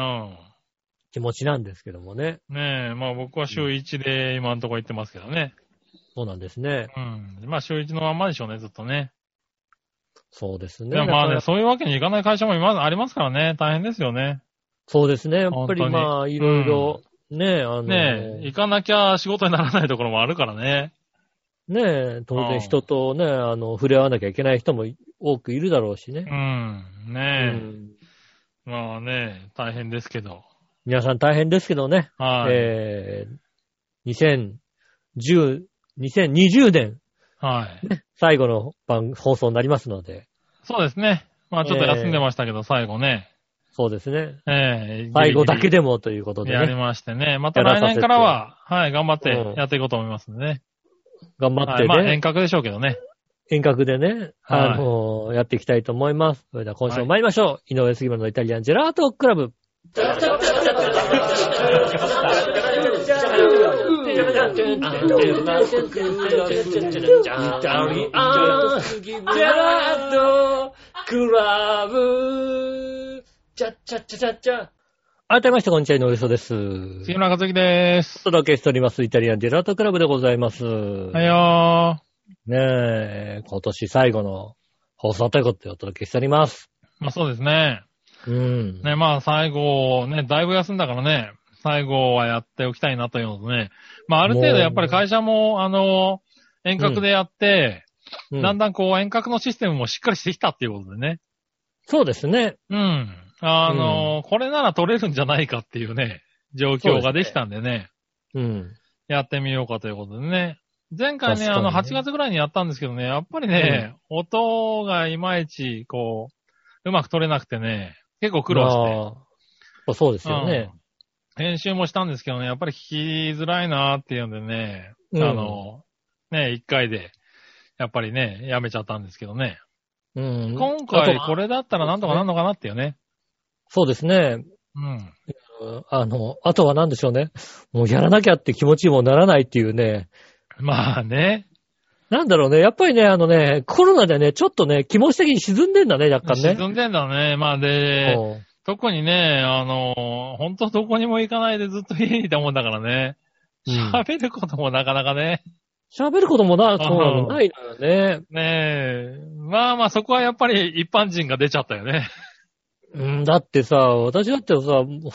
気持ちなんですけどもね。
ん。ねえ、まあ僕は週1で今のところ行ってますけどね。
そうなんですね。
うん。まあ週1のまんまでしょうね、ずっとね。
そうですね。
でもまあ
だ
ね、
から
そういうわけにいかない会社も今ありますからね。大変ですよね。
そうですね。やっぱり
本当に
まあ、いろいろ、ね、あの、
ねえ、
ね
行かなきゃ仕事にならないところもあるからね。
当
うん
然人とね、あの、触れ合わなきゃいけない人も多くいるだろうし
う
ね。
ん。
う
ねえ。
ん
まあね、大変ですけど。
皆さん大変ですけどね。
はい。
えー、2010、2020年
はい。
最後の番、放送になりますので、
そうですね。まあちょっと休んでましたけど、最後ね。
そうですね。
ええ
最後だけ
で、
でもということで
やり
ね、
ましてね。また来年からは、はい、頑張って
うん
やっていこうと思いますんでね。
頑張っ
はい、
て
まあ遠
ね、
隔でしょうけどね。
遠隔でね、
はい
あのーやっていきたいと思います。それでは今週も参りましょう。井上杉村のイタリアンジェラートクラブ。改めまして、こんにちは、井上翔です。
杉村和樹です。
お届けしております、イタリアンジェラートクラブでございます。
はいよ
ねえ、今年最後の放送ということでお届けしております。
ー。まあそうですね。
うん。
ね、まあ最後、ね、だいぶ休んだからね、最後はやっておきたいなというのとね。まあある程度やっぱり会社も、あの、遠隔でやって、
うん
だんだんこう遠隔のシステムもしっかりしてきたっていうことでね。
そうですね。
うん。あの、これなら取れるんじゃないかっていうね、状況ができたんでね、
うん。
やってみようかということでね。前回ね、
確か
あ
にね
の、8月ぐらいにやったんですけどね、やっぱりね、音がいまいち、こう、うまく取れなくてね、結構苦労して。
して。そうですよね。
うん編集もしたんですけどね、やっぱり聞きづらいなーっていうんでね、
うん
あの、ね、1回で、やっぱりね、やめちゃったんですけどね。
うん。
今
あ
回
と
これだったらなんとかなんのかなっていうね。
そうですね。
うん。
うんあの、あとは何でしょうね。もうやらなきゃって気持ちにもならないっていうね。
まあね。
なんだろうね。やっぱりね、あのね、コロナでね、ちょっとね、気持ち的に沈んでんだね、若干ね。
沈んでんだね。まあで、
うん
特にね、あの、本当どこにも行かないでずっと家にいたもんだからね。
うん
喋ることもなかなかね。
喋ることもな、そうな
う
の
ん
ないのよね。
ねえ。まあまあそこはやっぱり一般人が出ちゃったよね。
うん、だってさ、私だってさ、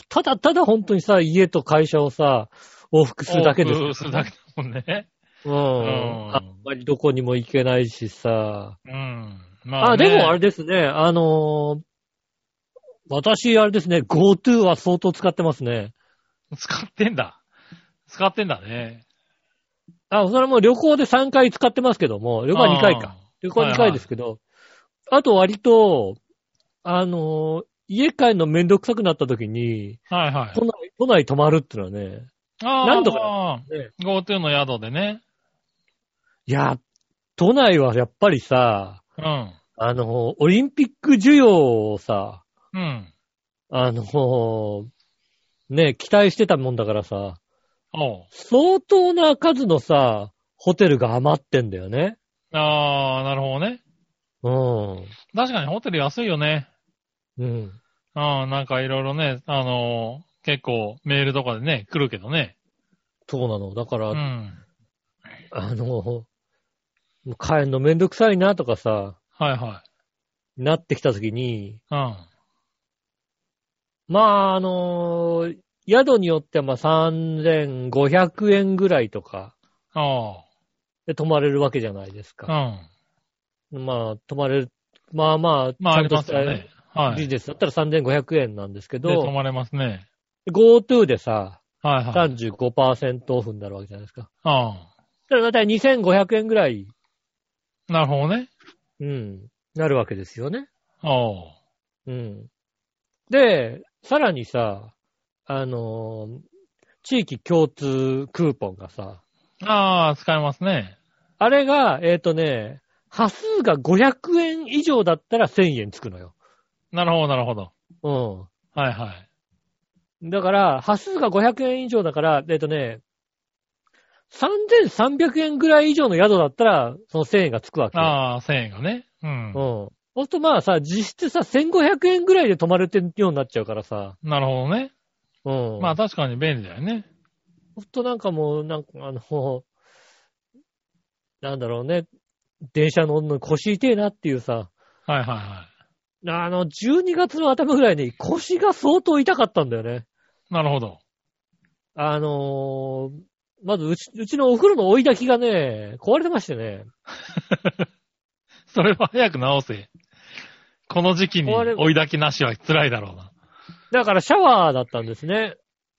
ただただ本当にさ、家と会社をさ、往復するだけです。
往復するだけだもんね。
うん。
ん
あんまりどこにも行けないしさ。
うん。ま
あ、
ね
でもあれですね、あのー私、あれですね、GoTo は相当使ってますね。
使ってんだ。使ってんだね。
あ、それも旅行で3回使ってますけども、旅行は2回か。旅行は2回ですけど、あと割と、あのー家帰るのめんどくさくなった時に、
あー。はいはい。
都内、都内泊まるってのはね、
あー
何度かね
GoTo の宿でね。
いや、都内はやっぱりさ、
うん。
あの、オリンピック需要をさ、
うん。
あの、ね、期待してたもんだからさ、
おう。
相当な数のさ、ホテルが余ってんだよね。
ああ、なるほどね。
うん。
確かにホテル安いよね。
うん。
うん、なんかいろいろね、あのー結構メールとかでね、来るけどね。
そうなの。だから、
うん。
あの、もう帰るのめんどくさいなとかさ、
はいは
なってきたときに、
い。うん。
まあ、あの宿によってはまあ3500円ぐらいとか
あ
で泊まれるわけじゃないですか。
あ。うん。
まあ、泊まれる、まあまあ、
まあ
ち
あ
ゃん
り
と
ま
し
す
た
よね。は
ビジ
い。
ネスだったら3500円なんですけ
で、泊
ど、
まれますね。
GoTo でさ、
はいはい。
35%オフになるわけじゃないですか。
あ
だから大体2500円ぐらい、
あ。なるほどね。
うん、なるわけですよね。
おう。
うん。で、さらにさ、あのー地域共通クーポンがさ、
ああ、使えますね。
あれが、えっ、とね、波数が500円以上だったら1000円つくのよ。
なるほど、なるほど。
うん。
はいはい。
だから、波数が500円以上だから、えっとね、3300円ぐらい以上の宿だったら、その1000円がつくわけ。
ああ、1000円がね。うん
うん。。ほんとまあさ、実質さ、1500円ぐらいで泊まれてるようになっちゃうからさ。
なるほどね。
うん。
まあ確かに便利だよね。
ほんとなんかもう、なんかあの、なんだろうね、電車乗るの腰痛えなっていうさ、
はいはいは
あの、12月の頭ぐらいに腰が相当痛かったんだよね。
い。なるほど。
あのーまずうち、うちのお風呂の追い炊きがね、壊れてましてね。
それは早く直せ。この時期に
これ
追い出きなしは辛いだろうな。
だからシャワーだったんですね。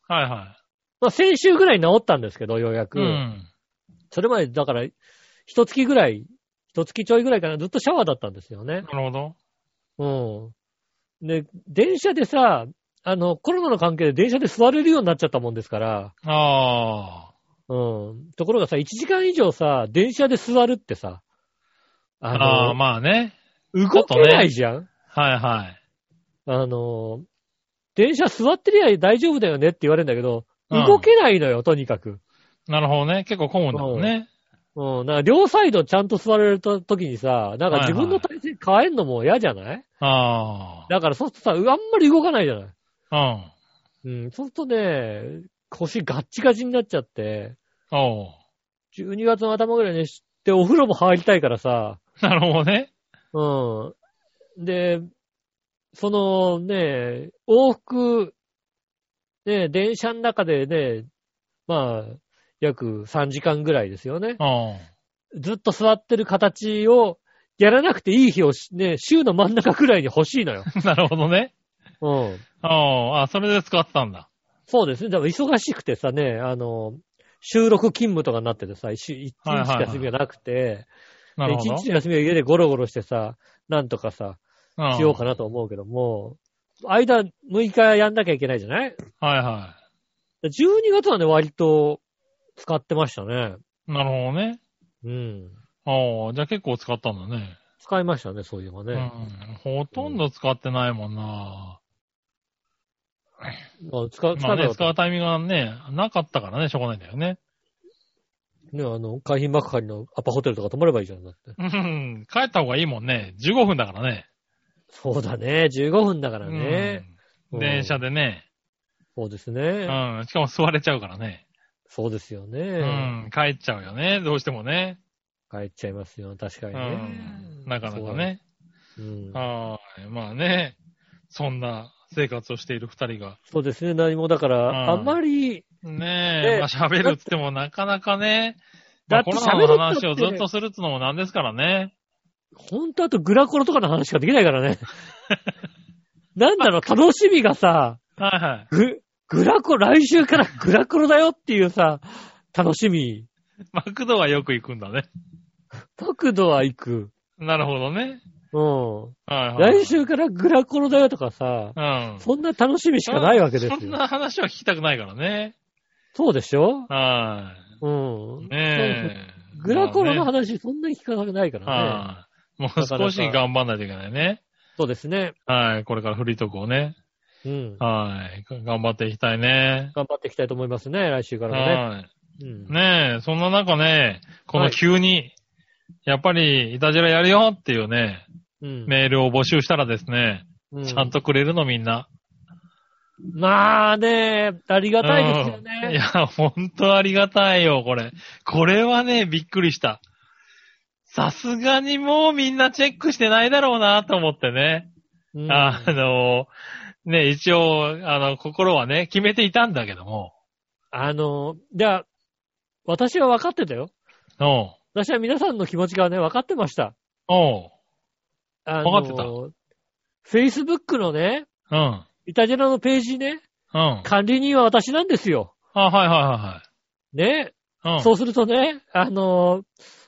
はいは
まあ、先週ぐらい治ったんですけど、ようや
い。
く。
うん。
それまで、だから、一月ぐらい、一月ちょいぐらいからずっとシャワーだったんですよね。
なるほど。
うん。で、電車でさ、あの、コロナの関係で電車で座れるようになっちゃったもんですから、
あ
うん。ところがさ、1時間以上さ、電車で座るってさ、
あ。
あの、
ああ、まあね。ちょ
動
っと
けない
ね。
じゃん、
はいはい。
あの、電車座ってりゃ大丈夫だよねって言われるんだけど、
うん
動けないのよ、とにかく。
なるほどね。結構混むんだもんね。
うん。なんか両サイドちゃんと座れると時にさ、なんか自分の体勢変えんのも嫌じゃない、
あ
だからそうするとさ、うあんまり動かないじゃない
あ。うん。
うん、そうするとね、腰ガッチガチになっちゃって、
おう。
12月の頭ぐらいね、で、お風呂も入りたいからさ、
なるほどね。
うん。で、そのね、往復、ね、電車の中でね、まあ、約3時間ぐらいですよね。
うん。
ずっと座ってる形を、やらなくていい日をしね、週の真ん中ぐらいに欲しい のよ。
なるほどね。
うん。
ああ、それで使ってたんだ。
そうですね。だから忙しくてさね、あの、収録勤務とかになっててさ、一一
はいはい
日
はい
休みがなくて、
なるほ
一
ど。
日の休みを家でゴロゴロしてさ、なんとかさ、
うん
しようかなと思うけども、間6日やんなきゃいけないじゃない
はいは
?12 月はね、割と使ってましたね。
い。なるほどね。
うん。
ああ、じゃあ結構使ったんだね。
使いましたね、そういえばね。
うん。ほとんど使ってないもんな。
まあ、使う、使
まあ
う
ね、
ね、
使うタイミングがね、なかったからね、しょうがないんだよね。
ね、あの、海浜幕張のアパホテルとか泊まればいいじゃん、だって。
うん。帰った方がいいもんね。15分だからね。
そうだね、15分だからね。
うん。電車
で。
でね。
そうです
う
ね。
ん。しかも座れちゃうからね。
そうですよね。
うん。帰っちゃうよね。どうしてもね。
帰っちゃいますよ、確か
う
に
ん
ね。。
なかなかね。
そう。うん
はい。まあね。そんな生活をしている二人が。
そうですね、何もだから、
うん
あんまり、
ねえ、
ね
まあ喋るっつってもなかなかね、
だ
ま
っ
あ
て喋
コロナ
る
の
っ
話
て
をずっとするっつのもなんですからね。
ほんとあとグラコロとかの話しかできないからね。 なんだろう、楽しみがさ、
はいはい。
グ、グラコ、来週からグラコロだよっていうさ、楽しみ。
マクドはよく行くんだね。
角度は行く。
なるほどね。
うん。
はいはい。
来週からグラコロだよとかさ、
うん。
そんな楽しみしかないわけですよ。
そんな話は聞きたくないからね。
そうでしょ
は
うん
い。。ねえ。
グラコロの
まあね
話、そんなに聞かなくないからね。
はい。もう少し頑張んないといけないね。
そうですね。
はい。これからフリートークをね。
うん。
はい。頑張っていきたいね。
頑張っていきたいと思いますね、来週からもね。
は
うん
い。ねえ、そんな中ね、この急に、やっぱり、いたじらやるよっていうね、
うん
メールを募集したらですね、
う
ちゃん。とくれるのみんな。
まあね、ありがたいですよ
うんい
ね。
や、ほんとありがたいよ、これ。これはね、びっくりした。さすがにもうみんなチェックしてないだろうなと思ってね。
うん
あの、ね、一応、あの、心はね、決めていたんだけども。
あの、じゃあ、私は分かってたよ。
おう
私は皆さんの気持ちがね、分かってました。
おう
あ
分かってた
た。Facebook のね、
うん。
イタジェラのページね、
うん。あ、
管理人は私なんですよ。
はいは
ね。
いはいはい。うん。
そうするとね、あの、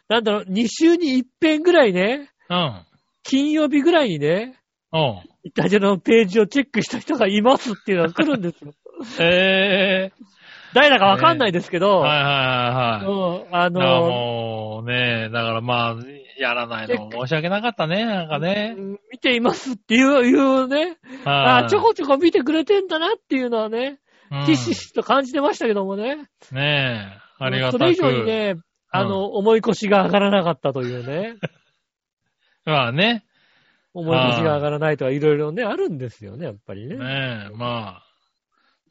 なんだろう、2週に一遍ぐらいね、
うん。
金曜日ぐらいにね、
おう
イタジェラのページをチェックした人がいますっていうのが来るん ですよ。
ええ
誰だか分かんないですけど、
ー。はいはいはいはい。
うん、あ
だから
の、
もうね、だからまあ、やらないのも申し訳なかったね、なんかね。
見ていますっていう、いうね、あ
あ
ーちょこちょこ見てくれてんだなっていうのはね、
うん
ひしひしと感じてましたけどもね。
ねえ、ありがたく。
それ以上にね、あの、思い越しが上がらなかったという ね、
まあね、
思い越しが上がらないとかいろいろね、あるんですよね、やっぱりね。
ねえ、まあ、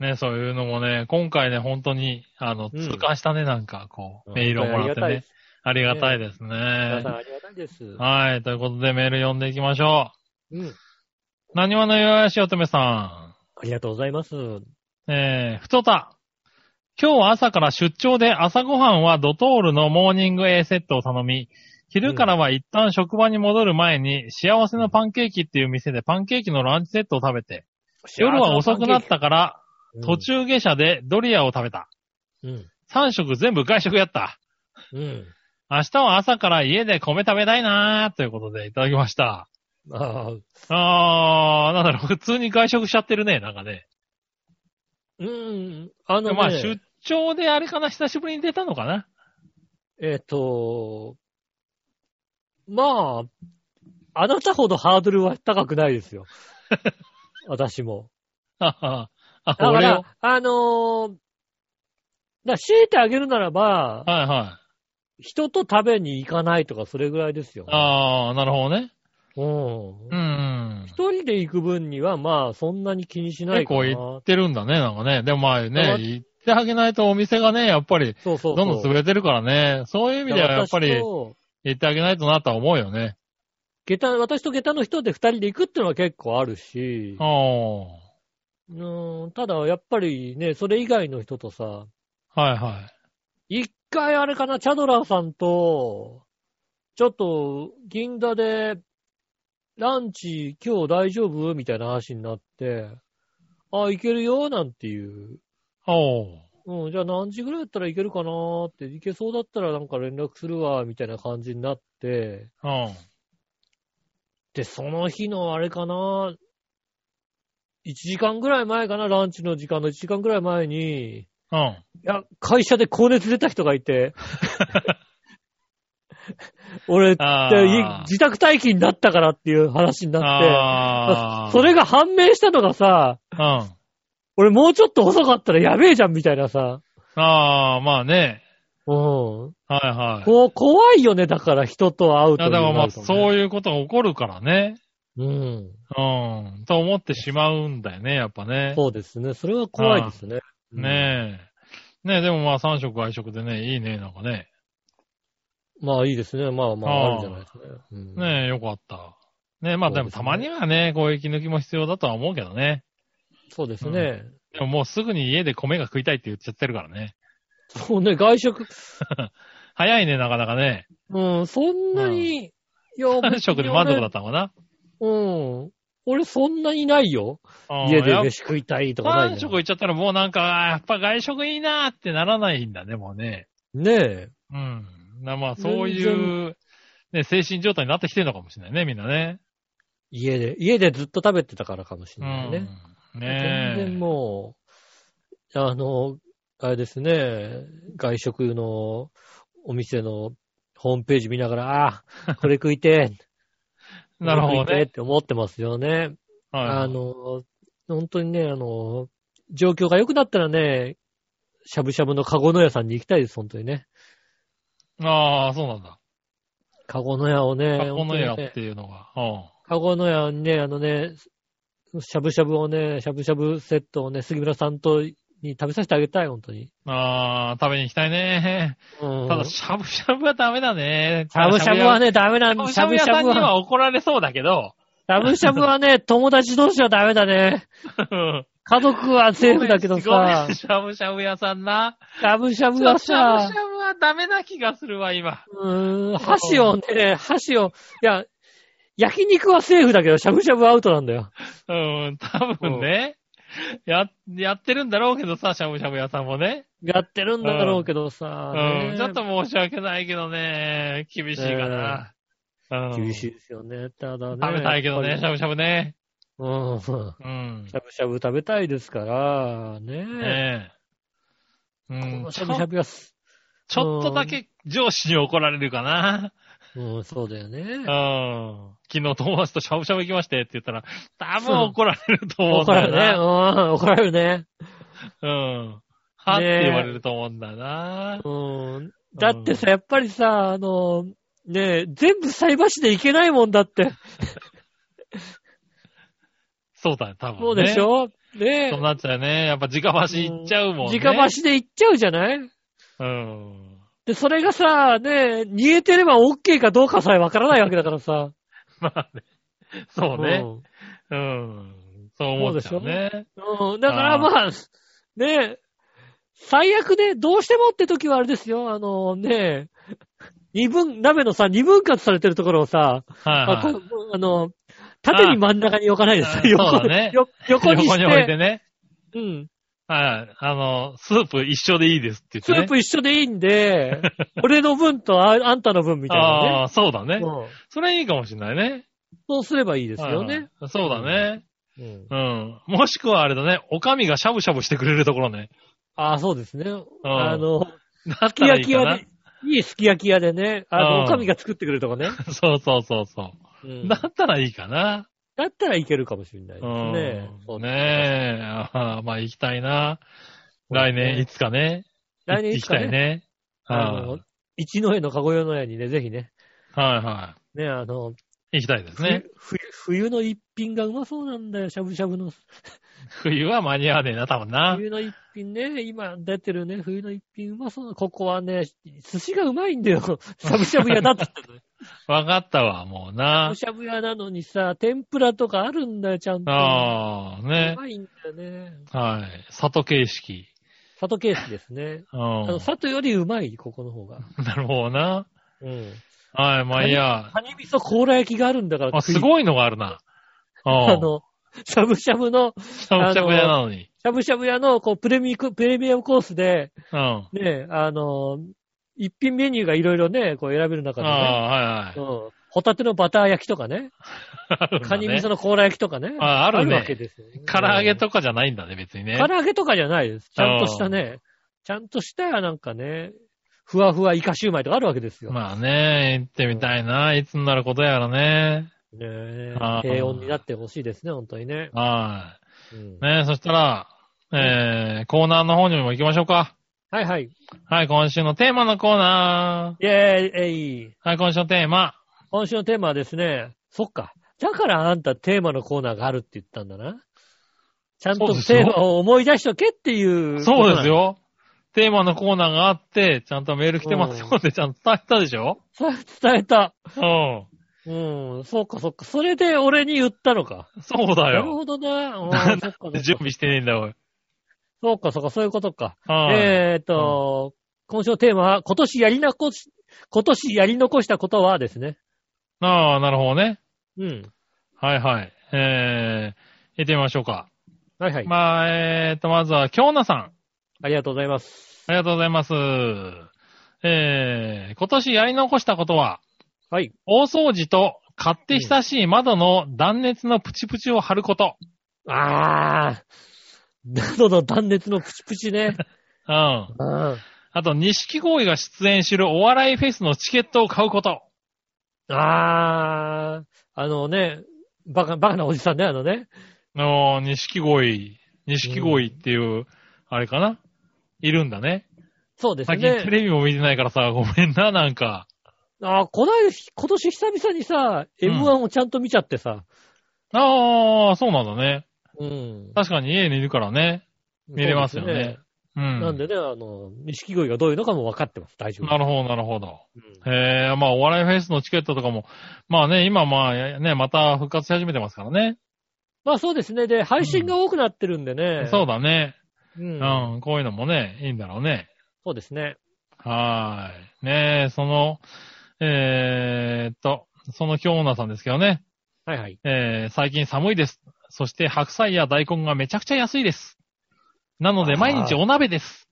ねそういうのもね、今回ね、本当に、あの、
うん
痛感したね、なんか、こ
う
う、
ん
メールをもらっ
ありが
て
たいで
ね
す。
ありがたいです
皆
ね
さ。んありがたいです。
はい、ということでメール読んでいきましょ
うん。
う。なにわのよやしおとめ
あ
さ
りがとうございます。
ん。えー、ふとた。今日は朝から出張で朝ごはんはドトールのモーニング A セットを頼み、昼からは一旦職場に戻る前に、幸せのパンケーキっていう店でパンケーキのランチセットを食べて、夜は遅くなっ。たから、
うん
途中下車でドリアを食べた。
うん。
3食全部外食やった。
うん。
明日は朝から家で米食べたいなーということでいただきました。
ああ、う
あー、なんだろう、普通に外食しちゃってるね、なんかね。
ん。あの、ね、
まあ出張であれかな、久しぶりに出たのかな。
えっ、と、まあ、あなたほどハードルは高くないです よ。私も。
ははあ、
だか
俺を。
ら、あのーだから強いてあげるならば、
はいはい。
人と食べに行かないとかそれぐらいですよ。
あー、なるほどね。
うん
う。ん。
一人で行く分には、まあ、そんなに気にしな
結
いか
構
な。
行ってるんだね、なんかね。でもまあ
あ
ね、行ってあげないとお店がね、やっぱり、
そうそ
ど
うんそう。
どん潰れてるからね。そういう意味ではやっぱ
だ
り
から私、と
行ってあげないとなとは思うよね。
下駄、私と下駄の人で二人で行くってのは結構あるし、
おー。
うん、ただやっぱりね、それ以外の人とさ、
はいはい。
一回あれかな、チャドラーさんと、ちょっと銀座で、ランチ今日大丈夫みたいな話になって、あ、行けるよなんていう。
おー。
うん、じゃあ何時ぐらいだったらいけるかなーって、行けそうだったらなんか連絡するわ、みたいな感じになって、
うん。
で、その日のあれかな、1時間ぐらい前かな、ランチの時間の1時間ぐらい前に、い
うん。
や、会社で高熱出た人がい て、俺、
あ
でい
あ。
自宅待機になったからっていう話になっ
あ
て、
ー
それが判明したのがさ、
うん。あ
俺もうちょっと細かったらやべえじゃんみたいなさ、
あー、まあね。
うん。
はいはい。
こう、怖いよね、だから人と会う
い
と
やだからまあ、
う
そういうことが起こるからね。
なるとね。うん。
うん。と思ってしまうんだよね、やっぱね。
そうですね。それは怖いですね。
ねえ。ねえ、でもまあ3食外食でね、いいね、なんかね。
うん。まあいいですね。まあま
あ
あ、あ
あ
るんじゃないですかね。うん
ねえ、よかった。ねえ、まあでも
そ
た
うですね
まにはね、こういう息抜きも必要だとは思うけどね。
そうですね。
でももうすぐに家で米が食いたいって言っちゃってるからね。
そうね、外食、
早いね、なかなかね。
うん、そんなに、いや、
3食で満足だ
っ
ったのかな。
た。うん。俺そんなにないよ。
うん
家で
やっ
飯食いたいとかない
3
な
食行っちゃったらもうなんか、あーやっぱ外食いいなーってならないんだね、もうね。
ねえ。
うん。なまあそういう、ね、精神状態になってきてるのかもしれないね、みんなね。
家で、家でずっと食べてたからかもし
う
れないね
ん。。ねえ。
全然もう、あの、あれですね、外食のお店のホームページ見ながら、あ あ、これ食いてえ、
なるほど
これ食いてえ
ね
っ。て思ってますよね。
はい
あの、本当にね、あの、状況が良くなったらね、しゃぶしゃぶのカゴの屋さんに行きたいです、本当にね。
ああ、そうなんだ。
カゴの屋をね、
学校のやっ
本当にね
ていうのが。うん
カゴの屋にね、あのね、しゃぶしゃぶをね、しゃぶしゃぶセットをね、杉村さんとに食べさせてあげたい、本当に。
ああ、食べに行きたいね。
うん
ただ、しゃぶしゃぶはダメだね。
しゃぶしゃぶはね、ダメなん
しゃぶ
だ。
や、
し
し
ゃぶしゃ
ゃぶ屋さん
ぶ
に
は、
は怒られそうだけど。
しゃぶしゃぶはね、友達同士はダメだね。家族はセーフだけどさ
ごめ、んしゃぶしゃぶ屋さんな。
しゃぶしゃぶ
しゃ
は
ぶしゃ
さ
ぶ、はダメな気がするわ、今。
うーん、箸をね、箸を、いや、焼肉はセーフだけど、しゃぶしゃぶはアウトなんだよ。
うん、多分ね。や、やってるんだろうけどさ、しゃぶしゃぶ屋さんもね。
やってるんだろうけどさ、
う
ね
ん、ちょっと申し訳ないけどね。厳しいかな。うん
厳しいですよね。ただね。
食べたいけど
や
ね、
っ
し
ぱ
ゃぶしゃぶね。
り。うん。しゃ
うん。
ぶしゃぶ食べたいですから、ね。
ねえ。う
こ
ん
の。し
ち
ゃ
ょ
ぶしゃぶはす、
ちょっとだけ上司に怒られるかな。
うん、そうだよ
う
ね。
ん。昨日友達としゃぶしゃぶ行きましてって言ったら、多分怒られると思うん
怒ら
だ
れ
よ
るね。
な。
うん、怒られるね。
うん。はって言われると思うんだな。
うん。だってさ、やっぱりさ、あの、ねえ全部菜箸でいけないもんだって。
そうだね、多分、ね。
そうでしょ ねえ
そうなっちゃうね。やっぱ直橋行っちゃうもんね。
直橋で行っちゃうじゃない
うん。
で、それがさ、ねえ、煮えてれば OK かどうかさえわからないわけだからさ。
まあね。そうね。
ん
うん。そう思っちゃうね。
うん、だから
あー
まあ、ねえ、最悪ね、どうしてもって時はあれですよ、あのねえ、二分、鍋のさ、二分割されてるところをさ、
はい、
あ
はい
こあの、縦に真ん中に置かないです
あ
よ。
ーそうだね
横よ横にして
横に置いてね。
うん。
はい。あの、スープ一緒でいいですって言っ
ス
てね。
ープ一緒でいいん で、俺の分とああんたの分みたい
あ
な
あ、そうだね
ね。。うん
それいいかもしれないね。
そうすればいいですよ
はいは
ね
い。。そうだね。
うん
うん。もしくはあれだね、おかみがしゃぶしゃぶしてくれるところね。
ああ、そうですね。あの、
だっ
すき
たら
焼
いい
き
か
屋
な
で。、いいすき焼き屋でね、あ
う
の、
ん
おかみが作ってくれるとかね。
そうそうそうそうう。
ん
だ
だ
ったらいいかな。
ったらいけるかもしれないですね。
う。
そうん
ねえ。あーまあ行きたいな。来年いつかね。
来年い
行
つ
き
か
た
ね
いね。
あ
はい
の、一の江の籠用の屋にね、ぜひね、
はいは
ね、あの、
い。行きたいですね。
冬、冬の一品がうまそうなんだよ、しゃぶしゃぶの。
冬は間に合わねえな、多分な。
冬の一品ね、今出てるね、冬の一品うまそうな。ここはね、寿司がうまいん だよ。しゃぶしゃぶ屋だって言ったのよ。
わかったわ、もう
しゃ
な
ぶ。しゃぶ屋なのにさ、天ぷらとかあるんだよ、ちゃんと。
ああ、
う
ね。
まいんだよね。
はい。里形式。
里ケースですね。
うん。
あの、里よりうまい、ここの方が。
なるほどな。
うん。
はい、まあいいや。
カニ味噌甲羅焼きがあるんだから。
あ、す
い。
ごいのがあるな。うん
あの、しゃぶしゃぶの、し
しゃぶしゃぶ屋なのに。
ゃぶしゃぶ屋の、こう、プレミ、プレミアムコースで、
うん。あ
ね、あの、一品メニューがいろいろね、こう選べる中でね。
あー、はい
うん
はい。
ホタテのバター焼きとかね。
あるんだね
カニ味噌の甲羅焼きとかね。
ああるね
わけですよ、
唐揚げとかじゃないんだね、別にね。
唐揚げとかじゃないです。ちゃんとしたね。ちゃんとした、なんかね、ふわふわイカシューマイとかあるわけですよ。
まあね、行ってみたいな。いつになることやらね。
ねえ
あー
平穏になってほしいですね、本当にね。
は
うん
い。ねそしたら、えー、コーナーの方にも行きましょうか。
はいはい。
はい、今週のテーマのコーナ
イェーイえい
ー。はい、今週のテーマ。
今週のテーマはですね、そっか。だからあんたテーマのコーナーがあるって言ったんだな。ちゃんと
そうですよ
テーマを思い出しとけっていう。
そうです。よ。テーマのコーナーがあって、ちゃんとメール来てますよってちゃんと伝えたでしょ
そう伝えた。
うん。
うん、そうかそっか。それで俺に言ったのか。
そうだ
なる
よ。
ほどな。うん
なん
そ
だ
っかそっか
準備してねえんだ、おい。
そうかそうか、そういうことか。
はい
えーっと、今週のテーマは、今年やり残し、今年やり残したことはですね。
ああ、なるほどね。
うん。
はいはい。えー、行ってみましょうか。
はいはい。
まあ、えーと、まずは、京奈さん。
ありがとうございます。
ありがとうございます。えー、今年やり残したことは、
はい。
大掃除と買って久しい窓の断熱のプチプチを貼ること。
あー。喉の断熱のプチプチ ね。
うん。
あ
あと、錦鯉が出演するお笑いフェスのチケットを買うこと。
あー。あのね、バカ、バカなおじさんね、あのね。
の、錦鯉、錦鯉っていう、あれかないるんだね。
そうです
最近テ
ね。
レビも見てないからさ、ごめんな、なんか。
あー、こない、今年久々にさ、
うん
M1 をちゃんと見ちゃってさ。
ああ、そうなんだね。
うん。
確かに家にいるからね。見れますよね
そうで
うん。
なんでね、あの、錦鯉がどういうのかも分かってます。大丈夫。
なるほど、なるほど。
うん
へえ、まあ、お笑いフェスのチケットとかも、まあね、今まあ、ね、また復活し始めてますからね。
まあそうですね。で、配信が多くなってるんでね。
そうだね、
うん。
うん。こういうのもね、いいんだろうね。
そうですね。
はーい。ねえ、その、えーっと、その京女さんですけどね、
はいはい。
えー最近寒いです。そして白菜や大根がめちゃくちゃ安いです。なの
あ
で
ー
毎日お鍋です。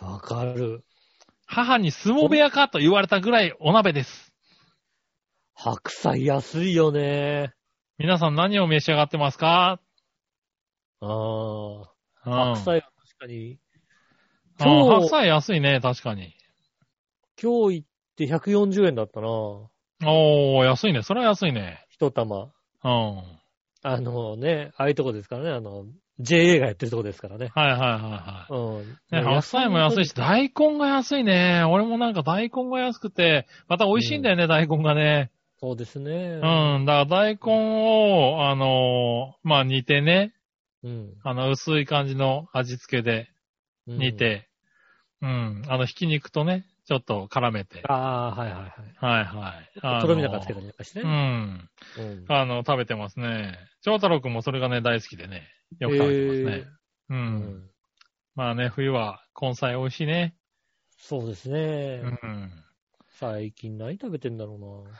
わかる。
母に相撲部屋かと言われたぐらいお鍋です。
白菜安いよね。
皆さん何を召し上がってますか、
あ
うん
あ。白菜は確かに。
あ
今
ー白
日、
菜安いね、確かに。
今日行って140円だったな。
おー、安いね。それは安いね。
一玉。
うん。
あのね、ああいうとこですからね。あの、JA がやってるとこですからね。
はいはいは
うん。
いはい。ね、白菜も安いし、。大根が安いね。俺もなんか大根が安くて、また美味しいんだよね、大根がね。
そうですね。
うん。だから大根を、あのーまあ煮てね、
うん。
あの薄い感じの味付けで
うん。
煮。て、うん、あのひき肉とね、ちょっと絡めて。
ああ、はいはいはい。
はいはい。あのー
とろみなんかつけたりなんかして
う
ね。
ん。
うん。
あの、食べてますね。長太郎くんもそれがね、大好きでね、よく食べてますね。う。
えーうんん。
まあね、冬は根菜美味しいね。
そうですね。
うん。
最近何食べてんだろうな。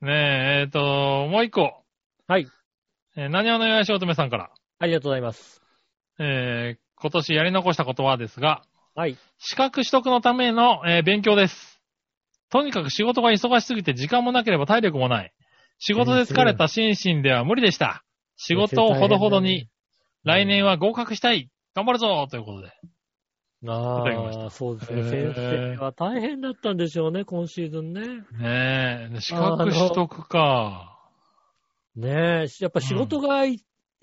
ねえ、えっ、と、もう一個。
はい。
えー、何をのよやしおとめさんから。
ありがとうございます。
えー今年やり残したことはですが、
はい。
資格取得のための、えー勉強です。とにかく仕事が忙しすぎて時間もなければ体力もない。仕事で疲れた心身では無理でした。仕事をほどほどに、来年は合格したい。頑張るぞということで。
あ
いただきまし
あ、そうですね。
へ
先
ー
生は大変だったんでしょうね、今シーズンね。
ねえ、資格取得か。
ねえ、しやっぱ仕事がい,、い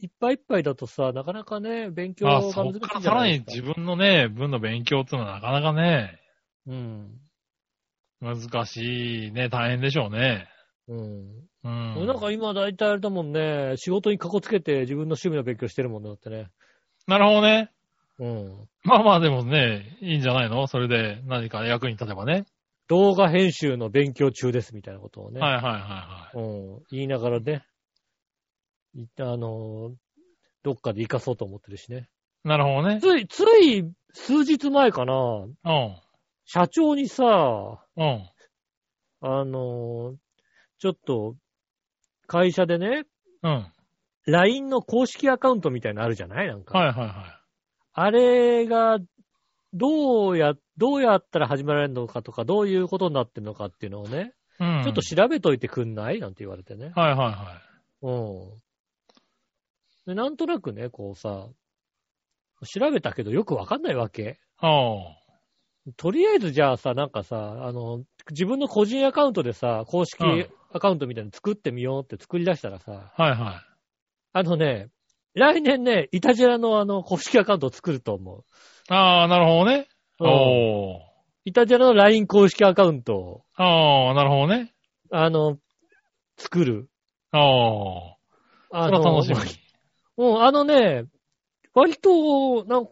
っぱいいっぱいだとさ、なかなかね、勉強が
あ、
難し
そ
い
っ
ん
から
じ
さ
ゃな
ら
い
に
です
自分のね、分の勉強っていうのはなかなかね、
か。うん。
難しいね、大変でしょうね。
うん。
うん。
なんか今大体あれだもんね、仕事にかこつけて自分の趣味の勉強してるもんだってね。
なるほどね。
うん。
まあまあでもね、いいんじゃないのそれで何か役に立てばね。
動画編集の勉強中ですみたいなことをね。
はいはいはいは
うん。言いながらね。いあのー、どっかで活かそうと思ってるしね。
い。なるほどね。
つい、つい数日前かな、
うん。
社長にさ、
うん。
あのーちょっと、会社でね、
うん。はい
LINE の公式アカウントみたいなのあるじゃないなんか。
はいは
あれが、どうや、どうやったら始められるのかとか、どういうことになってるのかっていうのをね、
い。うん。
ちょっと調べといてくんないなんて言われてね。
はいはいは
うん。で、なんとなくね、こうさ、調べたけどよくわかんないわけ。
い。おう。
とりあえずじゃあさ、なんかさ、あの、自分の個人アカウントでさ、公式
うん
アカウントみたいに作ってみようって作り出したらさ、
はいは
あのね、来年ね、イタジラのあの、公式アカウントを作ると思
い。ああ、なるほどね。
う。うん
おう。
イタジラの LINE 公式アカウントを、
ああ、なるほどね。
あの、作る。
おう。
あ
そ
の
れは楽しみ。
うん、あのね、割と、なんか、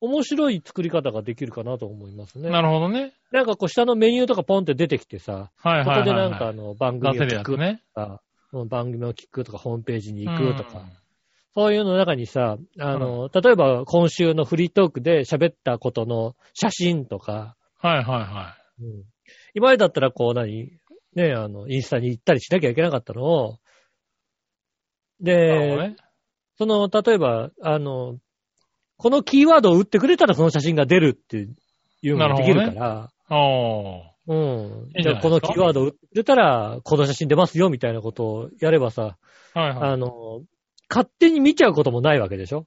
面白い作り方ができるかなと思いますね。
なるほどね。
なんかこう下のメニューとかポンって出てきてさ、
は
そ
いはい
こ
はい
で
は。
ないんかあの番組
出
を
せる
聞
や
く
つ
と
ね。
か、うん番組を聞くとか、ホームページに行くとか、そういうの中にさ、あの、例えば今週のフリートークで喋ったことの写真とか、
うん。はいはいは
うん今までだったらこう何、ね、あの、インスタに行ったりしなきゃいけなかったのを、
い。なるほど
で、
ね。
その、例えば、あの、このキーワードを打ってくれたらその写真が出るっていうのができるから、
おう。
うん。
いいん
じ
じゃ
ゃあ
ないですか
このキーワードを打ってたら、この写真出ますよみたいなことをやればさ、
はいは
あの、勝手に見ちゃうこともないわけでしょ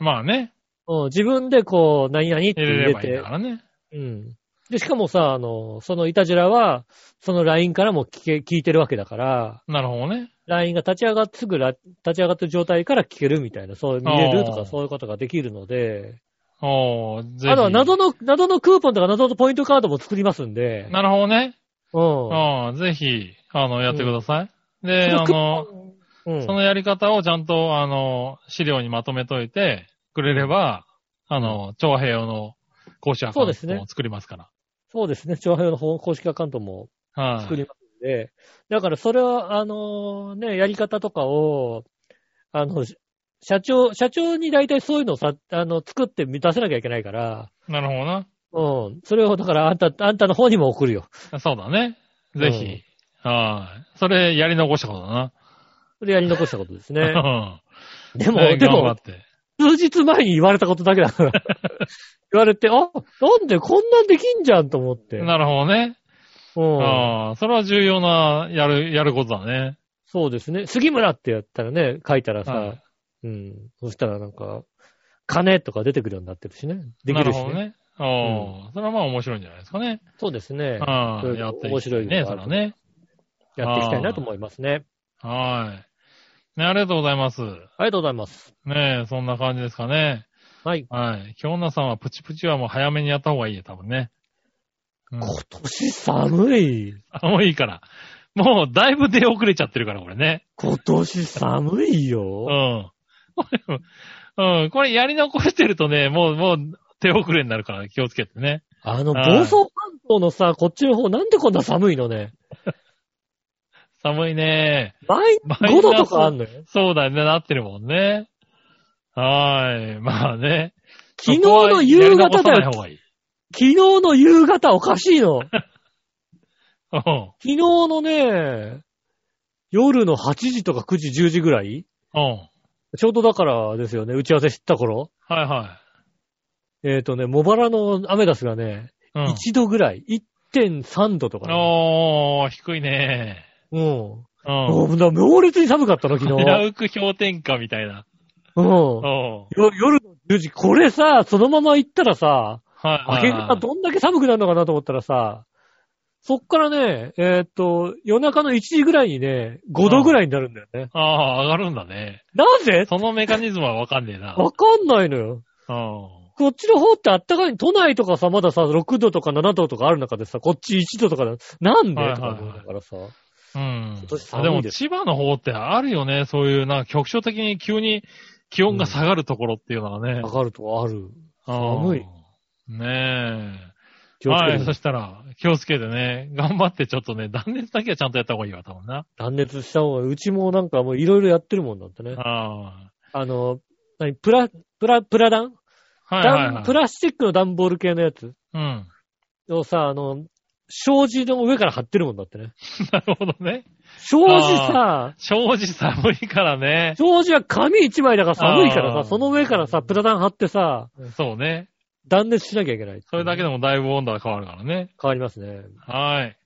い。まあね。
うん、自分でこう、何々って入
入れれ
れ
ばいいんだか
て、
らね。
うん。で、しかもさ、あの、そのイタジラは、その LINE からも聞け、聞いてるわけだから、
なるほどね。
LINE が立ち上がっすぐら立ち上がってる状態から聞けるみたいな、そう見れると
あー
かそういうことができるので、
おー、ぜひ。
あとは謎の、謎のクーポンとか謎のポイントカードも作りますんで、
なるほどね。
うん。
うん、ぜひ、あの、やってください。で、
そ
あ
のク
の
ー、ポン、うん
そのやり方をちゃんと、あの、資料にまとめといてくれれば、あの、長平用の講師アカウン
そうです
ト
ね
を作りますから。
そうですね、長平の方公式アカウントも
はい。
作りますんで、だからそれは、あのね、やり方とかを、あの、し社長、社長に大体そういうのをさ、あの、作って出せなきゃいけないから、
なるほど
うん。それを、だから、あんた、あんたの方にも送るよ。
な。そうだね。ぜひ。はい。それ、やり残したことだな。
それやり残したことです ね。
ね、
でも、
え
で
頑張
も
っ、て。
数日前に言われたことだけだ から。言われて、あ、なんでこんなんできんじゃんと思って。
なるほどね。
うん。
ああ、それは重要な、やる、やることだね。
そうですね。杉村ってやったらね、書いたらさ、
はい
うん。そしたらなんか、金とか出てくるようになってるしね。できるし
なるほ
ね。
どね。おーそれはまあ面白いんじゃないですかね。
そうですね。
ああ、
そういう
やってい
面白い
ね、
の
そ
がある
れはね。
やっていきたいなと思いますね。
はい。ね、ありがとうございます。
ありがとうございます。
ねえ、そんな感じですかね。
はい。
はい。京奈さんはプチプチはもう早めにやった方がいいよ、多分ね。うん、
今年寒い。
もういいから。もうだいぶ出遅れちゃってるから、これね。
今年寒いうよ。
ん。 うん、これやり残してるとね、もう、もう手遅れになるから気をつけてね。
あの、
はい
房総半島のさ、こっちの方なんでこんな寒いのね。
寒いね。
マイ
マイナス
5度とかあんのよ。
そうだね、なってるもんね。はーい。 まあね。
昨日の夕方だよ。
そこはやり
昨日の夕方おかしいの。昨
残さない方がいい。
日のね、夜の8時とか9時、10時ぐらい
うん。うん。
ちょうどだからですよね、打ち合わせ知った頃。
はいは
えっ、とね、茂原のアメダスがね、
い。うん。
1度ぐらい、1.3度とか、ね。
おー、低いね。
うん。
う
も
ん。
うな猛烈に寒かったの、昨日。
平浮く氷点下みたいな。
うん。
うん。
よ夜の10時、これさ、そのまま行ったらさ、
は
明
いはい
け方
はい。
どんだけ寒くなるのかなと思ったらさ、そっからね、えーっと、夜中の1時ぐらいにね、5度ぐらいになるんだよね。
ああ、上がるんだね。
なぜ
そのメカニズムはわかんねえな。
わかんないのよ。
う
こっちの方ってあったかい、都内とかさ、まださ、6度とか7度とかある中でさ、こっち1度とかだ。なんで
はいはい
と
はい
か思いながらさ。
ん。うん。
今年
で
寒い
も、
です
千葉の方ってあるよね。そういう、なんか局所的に急に気温が下がるところっていうのはね。
わかるとある。
寒
い。
ねえ。
気をつ
は
け
い、
て、
そしたら、気をつけてね、頑張ってちょっとね、断熱だけはちゃんとやった方がいいわ、多分な。
断熱した方が、うちもなんかもういろいろやってるもんなんてね。
あ
あの、何プラ、プラ、プラダン
あ。はいはいは
ダン
い。
プラスチックの段ボール系のやつ
うん。
をさ、あの、障子の上から貼ってるもんだってね。
なるほどね。
障子さ、
正直寒いからね。
障子は紙一枚だから寒いから
あー
さ、その上からさ、プラダン貼ってさ、
そうね。
断熱しなきゃいけない。
それだけ
で
でもだいぶ温度が変わるからね。
変わりますね。
はい。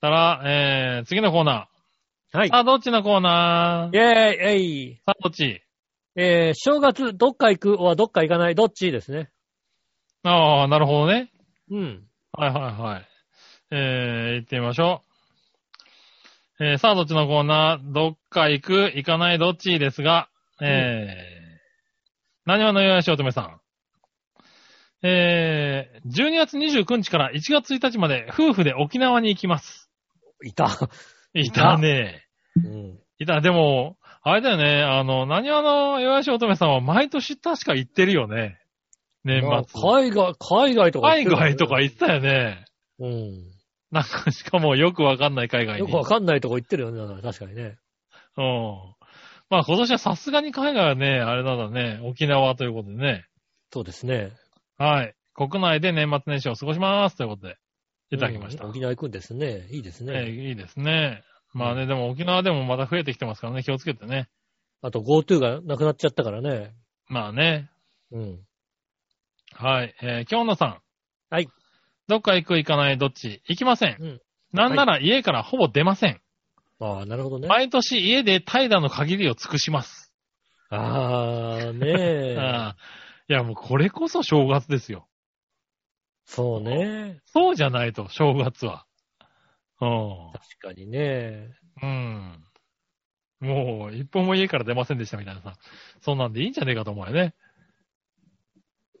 たら、えー、次のコーナ
はい
ー。。さあ、どっちのコーナ
イ
ー
ェーイ、えい。
さあ、どっち
えー、正月、どっか行く、はどっか行かない、どっちですね。
ああ、なるほどね。
うん。
はいはいはい。えー、行ってみましょう。えー、さあ、どっちのコーナーどっか行く、行かない、どっちですが、えー、何話のよしおとめさん。えー、12月29日から1月1日まで夫婦で沖縄に行きます。
いた。
いたね。
うん。
いた、でも、あれだよね、あの、何話のよしおとめさんは毎年確か行ってるよね。年
まあ
末。
海外、海外とか行
海
ってるからね、
外とか行ってたよね。
うん。
なんか、しかもよくわかんない海外
よ
に。
くわかんないとこ行ってるよね、だから確かにね。
うん。まあ今年はさすがに海外はね、あれなんだね、沖縄ということでね。
そうですね。
はい。国内で年末年始を過ごしますということで、いただきました。
うん沖縄行くんですね。いいですね。
ええいいですね。まあね、でも沖縄でもまた増えてきてますからね、気をつけてね。
あと GoTo がなくなっちゃったからね。
まあね。
うん。
はい。えー、京野さん。
はい。
どっか行く行かないどっち行きません。
うん
なんなら家からほぼ出ません。
ああ、なるほどね。
毎年家で怠惰の限りを尽くします。
ああ、ねえ。
ああいやもうこれこそ正月ですよ。
そうね。
そうじゃないと、正月は。うん。
確かにね。
うん。もう、一歩も家から出ませんでしたみたいなさ。そんなんでいいんじゃねえかと思うよね。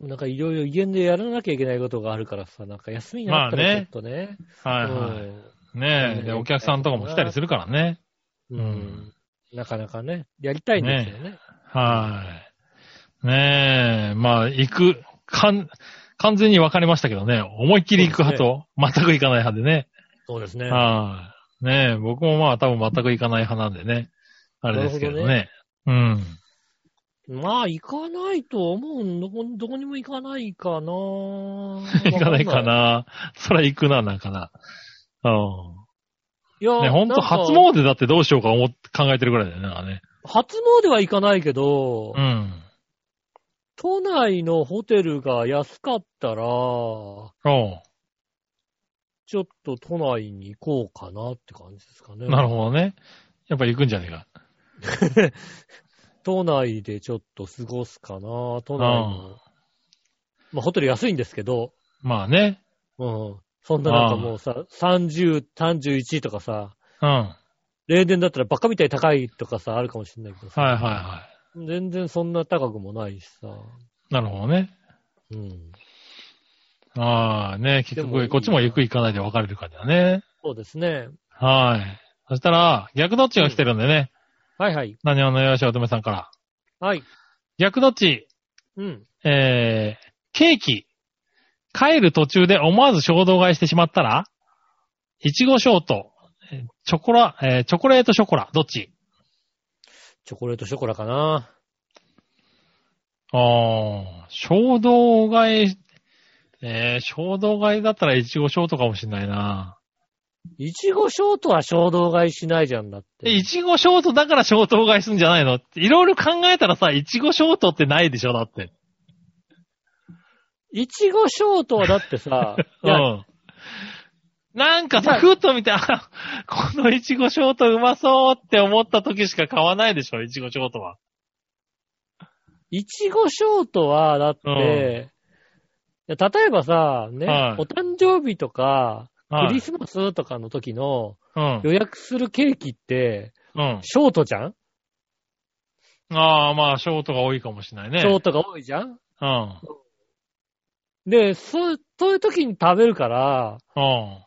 なんかいろいろ家でやらなきゃいけないことがあるからさ、なんか休みになった
ま
ら
あ
ちょ
ね
っとね。
はいはい。
う
ねえ。
ん
で、お客さんとかも来たりするからね。
うん。
う
うんん。なかなかね、やりたいんですよね。
はい。ねえ。まあ、行く、かん、完全に分かれましたけどね。思いっきり行く派と、全く行かない派でね。
そうですね。
はい。ねえ、僕もまあ多分全く行かない派なんでね。あれですけどね。
な
うん。
まあ、行かないと思う。どこどこにも行かないかな
行
行
かないか。な。そら行くな、なんかな。うん。
いや、
ね、ほん
な
と
か
初詣だってどうしようか思っ考えてるぐらいだよね、なんかね。
初詣は行かないけど、
うん。
都内のホテルが安かったら、ち
おう
ょっと都内に行こうかなって感じですかね。
なるほどね。やっぱ行くんじゃねえか。
都内でちょっと過ごすかな都内の。まあ、ホテル安いんですけど、
まあね。
うん。そんななんかもうさ、30、31とかさ、
うん。はい
例年だったらバカみたいに高いとかさ、あるかもしれないけどさ、
はいは
全然そんな高くもないしさ、
い。なるほどね。
うん。
ああ、ね、結
でもいい
局、
な
こっちも行く行かないで分かれる感じだね。
そうですね。
はい。そしたら、逆どっちが来てるんでね。
はいはい。
何をのよしおとめさんから。
はい。
逆どっち、
うん。
えー、ケーキ。帰る途中で思わず衝動買いしてしまったら、いちごショート、えーチョコラ、えーチョコレートショコラ、どっち
チョコレートショコラかな
ああ、衝動買い、えー衝動買いだったらイチゴショートかもしんないな。
いちごショートは衝動買いしないじゃんだっ
え、
て。
いちごショートだから衝動買いするんじゃないのいろいろ考えたらさ、いちごショートってないでしょだって。
いちごショートはだって さ、いうや
ん。なんか
い
さ、
や
ふっと見て、あ、このいちごショートうまそうって思った時しか買わないでしょいちごショートは。
いちごショートは、だって、いや例えばさ、ね、
はい
お誕生日とか、
は
クリ
い。
スマスとかの時の
うん。
予約するケーキって、
うん。
ショートじゃん、
ああ、まあ、ショートが多いかもしれないね。
ショートが多いじゃん
うん。
で、そう、そういう時に食べるから、
うん。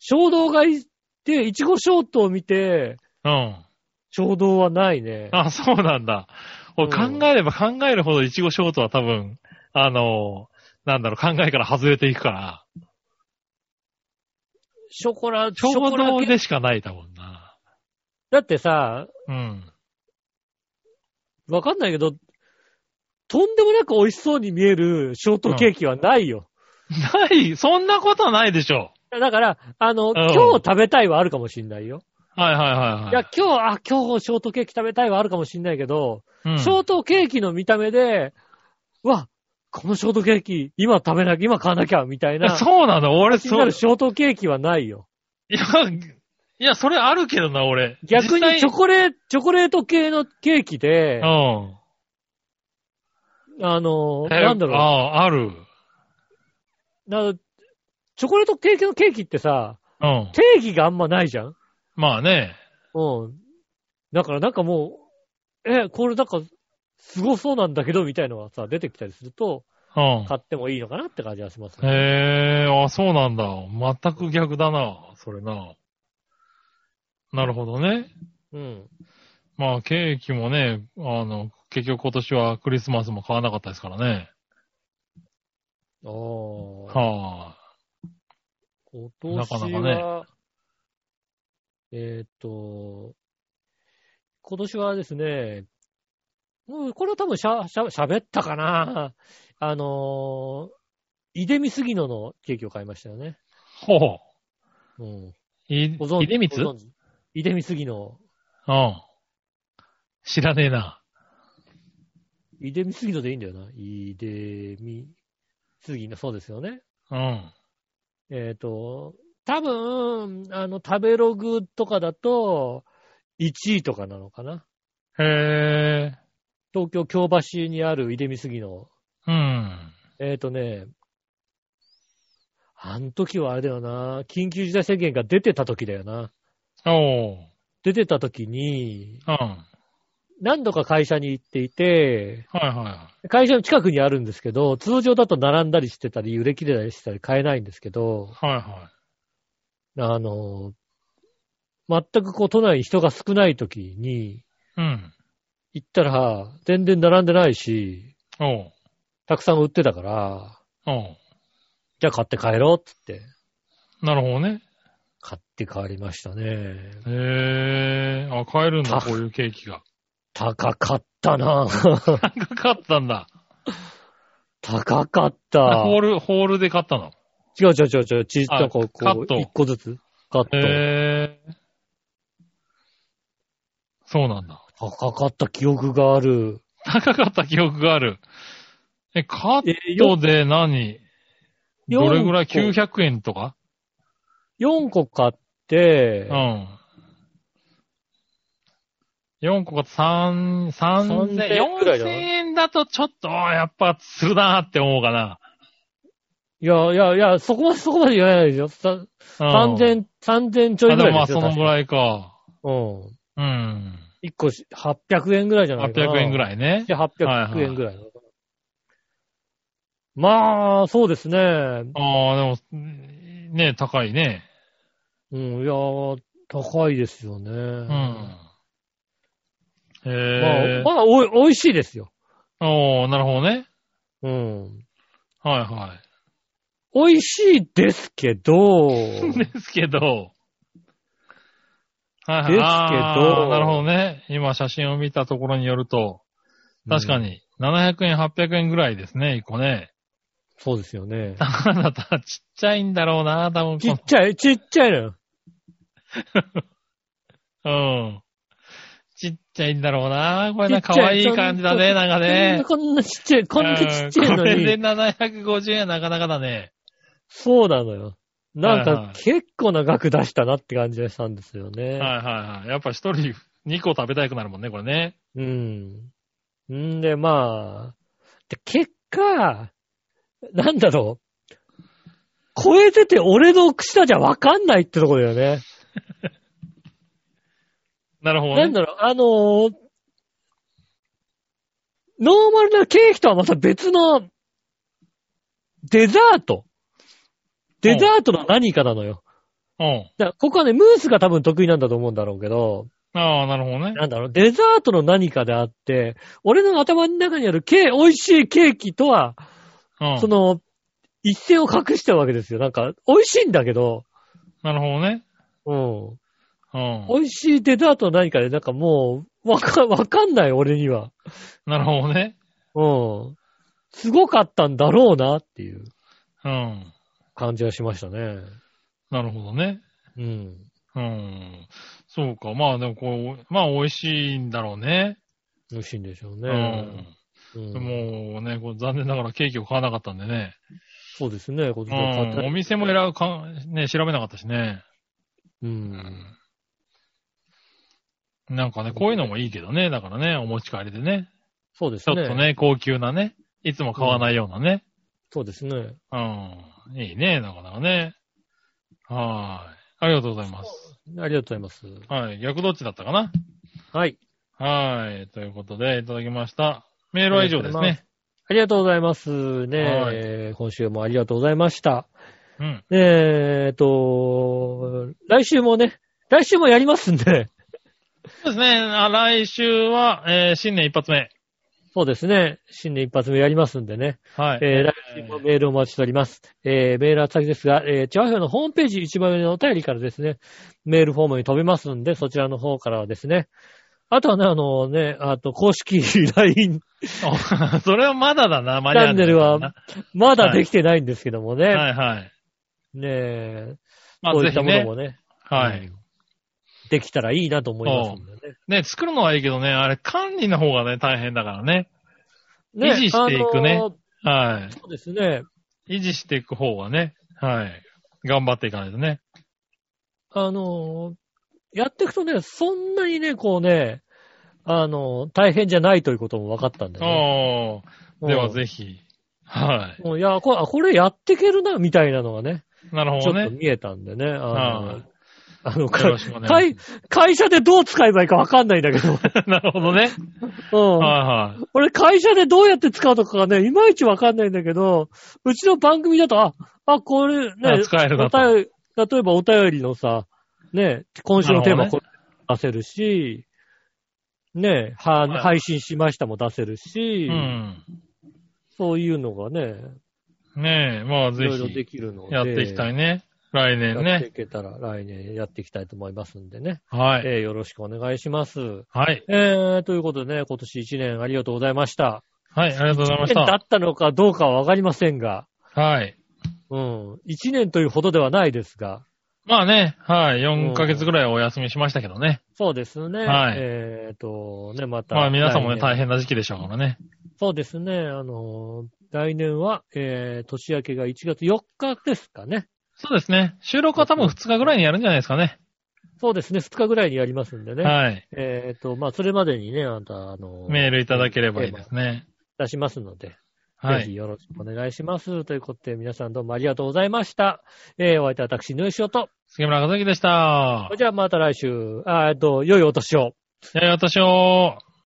衝動買いって、いちごショートを見て、
うん。
衝動はないね。
あ、そうなんだ。お
うん
考えれば考えるほどいちごショートは多分、あのーなんだろう、考えから外れていくから、
ショコラ、シ
ちょ
ョコ
う
ラ
ど
ケーキ。
でしかないだもんな。
だってさ、
うん。
わかんないけど、とんでもなく美味しそうに見えるショートケーキはないよ。
ない、そんなことないでしょ。
だから、あの、
ん
今日食べたいはあるかもしんないよ。
はいはいはいはい
い。や、今日、あ、今日ショートケーキ食べたいはあるかもしんないけど、
うん
ショートケーキの見た目で、うわ、このショートケーキ、今食べなきゃ、今買わなきゃ、みたいな。
そうなの俺、
気に
そ
な
う。
る
い
ショートケーキはないよ。
や、いや、それあるけどな、俺。
逆にチョ
実
コレート、チョコレート系のケーキで
際、うん。
あの、
え
なんだろう
ああ、ある。
なチョコレートケーキのケーキってさ、
うん。
定義があんまないじゃん
まあね。
うん。だからなんかもう、え、これなんか、すごそうなんだけど、みたいのがさ、出てきたりすると、
うん。
買ってもいいのかなって感じがしますね。
へえ、あ、そうなんだ。全く逆だな、それな。なるほどね。
うん。
まあ、ケーキもね、あの、結局今年はクリスマスも買わなかったですからね。
ああ。
は
今年は、
なかなか
えーっと、今年はですね、もうこれは多分しゃ、しゃ、喋ったかなあのー、イデミスギノのケーキを買いましたよね。
あ。ほう。
うん。
い、
ご存知
いでみつう
ご存知イデミスギノ
ん。知らねえな。
いでみすぎのでいいんだよな。いでみすぎの、そうですよね。
うん。
えっ、と、多分、あの、食べログとかだと、1位とかなのかな。
へえ。
東京京橋にあるいでみすぎの。
うん。
えっ、とね、あの時はあれだよな。緊急事態宣言が出てた時だよな。
おう。
出てた時に、
うん。はい
何度か会社に行っていて、
は
会社の近くにあるんですけど、通常だと並んだりしてたり、売れ切れたりしてたり買えないんですけど
い。、はいは
あの、全くこう都内に人が少ない時に
い。うん。
行ったら、全然並んでないし、
おう。
たくさん売ってたから、
お
じゃあ買って帰ろうっつって、
う。なるほどね。
買って帰りましたね。
へえ。あ、買えるん
た
だ、こういうケーキが。
高かったな ぁ
高かったんだ。
高かっ
あ
た。
ホール、ホールで買ったの。
違う違う違う違う、ちっちゃ
あ
こう、
カ
こ
ッ
う、
ト
一個ずつ。カッ
へえ。そうなんだ。
ト。高かった記憶がある。
高かった記憶がある。え、カッ
えー、
トで何
よ
どれぐらい
よん
?900 円とか
4個買って、
うん。4個が3、三
3000
0
円くらいだ
4000
な
円だとちょっと、あーやっぱするなーって思うかな。
いやいやいや、そこまでそこまで言わないですよ。さ
うん
3000、3000ちょい
あ、
ぐ
で
ら
も
い
ま
で
あ
す
そ
よ。
のぐ
い。
らいか。
うん。
うん。
1個し800円ぐらいじゃないかな。
800円ぐ
い。
らいね。
で、
はいは
800
い
円ぐらい。まあ、そうですね。
ああ、でも、んね高いね。
うん、いやー、高いですよね。
う
ま
ん。へ
あ、
え。
まあ、おい、美味しいですよ。
おー、なるほどね。
うん。
はいは
美味しいですけど、
い。ですけど。はいはい。
ですけど
あーなるほどね。今写真を見たところによると、 確か
うん。
に、700円、800円ぐらいですね、一個ね。
そうですよね。
あなた、ちっちゃいんだろうな、多分
ち
こ
っちゃい、ちっちゃいのよ。
うん。ちっちゃいんだろうな。これ
ち
な、
っちゃ
可
い
愛い感じだね、なんかね。
こんなちっちゃい、こんなちっちゃいの
うんこれで
に。
750円はなかなかだね。
そうなのよ。なん
はいは
か
い
結構な額出したなって感じがしたんですよね。
はいはいはい。やっぱ一人2個食べたいくなるもんね、これね。
うん。んで、まあ、で結果、なんだろう。超えてて俺の下じゃわかんないってとこだよね。
なるほどね。
なんだろう、あのーノーマルなケーキとはまた別のデザート。デザートの何かなのよ。
うん。
だからここはね、ムースが多分得意なんだと思うんだろうけど、
ああ、なるほどね。
なんだろう、デザートの何かであって、俺の頭の中にあるケー美味しいケーキとは、
うん。
その、一線を隠してるわけですよ。なんか、美味しいんだけど、
なるほどね。
うん。
う
美
ん。
味しいデザートの何かで、なんかもう、わか、わかんない、俺には。
なるほどね。
うん。すごかったんだろうな、っていう
うん。
感じがしましたね。
なるほどね。
うん。
うん。そうか。まあでもこう、まあ美味しいんだろうね。
美味しいんでしょう
う
ね。
ん。
うん。
もうね、こう残念ながらケーキを買わなかったんでね。
そうですね、今
う
年は買った
ん。お店も選ぶか、ね、調べなかったしね。
う。
うんん。なんかね、こういうのもいいけどね。だからね、お持ち帰りでね。
そうです
ちょ
ね。
っとね、高級なね。いつも買わないようなね。
そうですね。
うん。いいね、なかなかね。はーい。ありがとうございます。
ありがとうございます。
はい。逆どっちだったかな
はい。
はい。ということで、いただきました。メールは以上ですね。
ありがとうございます。ね、
はい
えー今週もありがとうございました。
うん。
えーっと、来週もね、来週もやりますん で、
そうですね。あ来週は、えー新年一発目。
そうですね、新年一発目やりますんでね、
はい。
えー来週もメールをお待ちしております。えーメールは先ですが、えー、チワヒョのホームページ一番上のお便りからですね、メールフォームに飛べますんで、そちらの方からはですね、あとはね、あのね、あと公式 LINE、
お それはまだだな、マ
チャンネルはまだできてないんですけどもね、
はいはい。
ねえ、
ま
こ
あ、
うい
ぜ
った
ひ
もの
ね
も。ね、
は
う
い
ん。。できたらいいなと思いますんでね。
ね、作るのはいいけどね、あれ、管理の方がね、大変だからね。
ね
維持していくね
あのー
は
そうですね。
い。維持していく方がね、はい。頑張っていかないとね。
あのーやっていくとね、そんなにね、こうね、あのー大変じゃないということも分かったんでね。う
おー。
ん
では、ぜひ。は
もういやこれ、あこれやっていけるな、みたいなのがね、
い。なる
ちょ
ほど
っと
ね。
見えたんでね。あの
はい
あの
よろしくお願
会
いし
会社でどう使えばいいか分かんないんだけど、
ます。 なるほどね。
うん、
はいはい。
俺会社でどうやって使うとかがね、いまいち分かんないんだけど、うちの番組だと、あ、あ、これね
あ、使えるなと
お便り例えばお便りのさ、ね、今週のテー
な
マ
るほ
これ出せるし、ね、は
はい
配信しましたも出せるし、
うん。
そういうのがね、
ねえ、まあ、
い
ぜ
ろいろで
ひ、
きるので、
やっていきたいね。来
や
年
って
ね。
いけたら来年やっていきたいと思いますんでね、
はい。
えーよろしくお願いします。
はい。
えー、ということでね、今年1年ありがとうございました。
はい、ありがとうございまし
だ
た。
ったのかどうかはわかりませんが、
はい。
うん。1年というほどではないですが、
まあね、はい。4ヶ月ぐらいお休みしましたけどね。
そうですね。
はい
えっ、と、ね、また。
まあ皆さんもね、
来年
大変な時期でしょうからね。
そうですね。あのー、来年は、えー、年明けが1月4日ですかね。
そうですね。収録は多分2日ぐらいにやるんじゃないですかね。
そうですね。2日ぐらいにやりますんでね。
はい。
えっ、と、まあ、それまでにね、あんた、あのー、
メールいただければいいですね。
出しますので、
は
ぜ
い
ひ。よろしくお願いします。ということで、皆さんどうもありがとうございました。えー、お相手は私、ぬいしおと。
杉村和樹でした
それ。じゃあまた来週、あーえっと、良いお年を。
じゃあ、私を。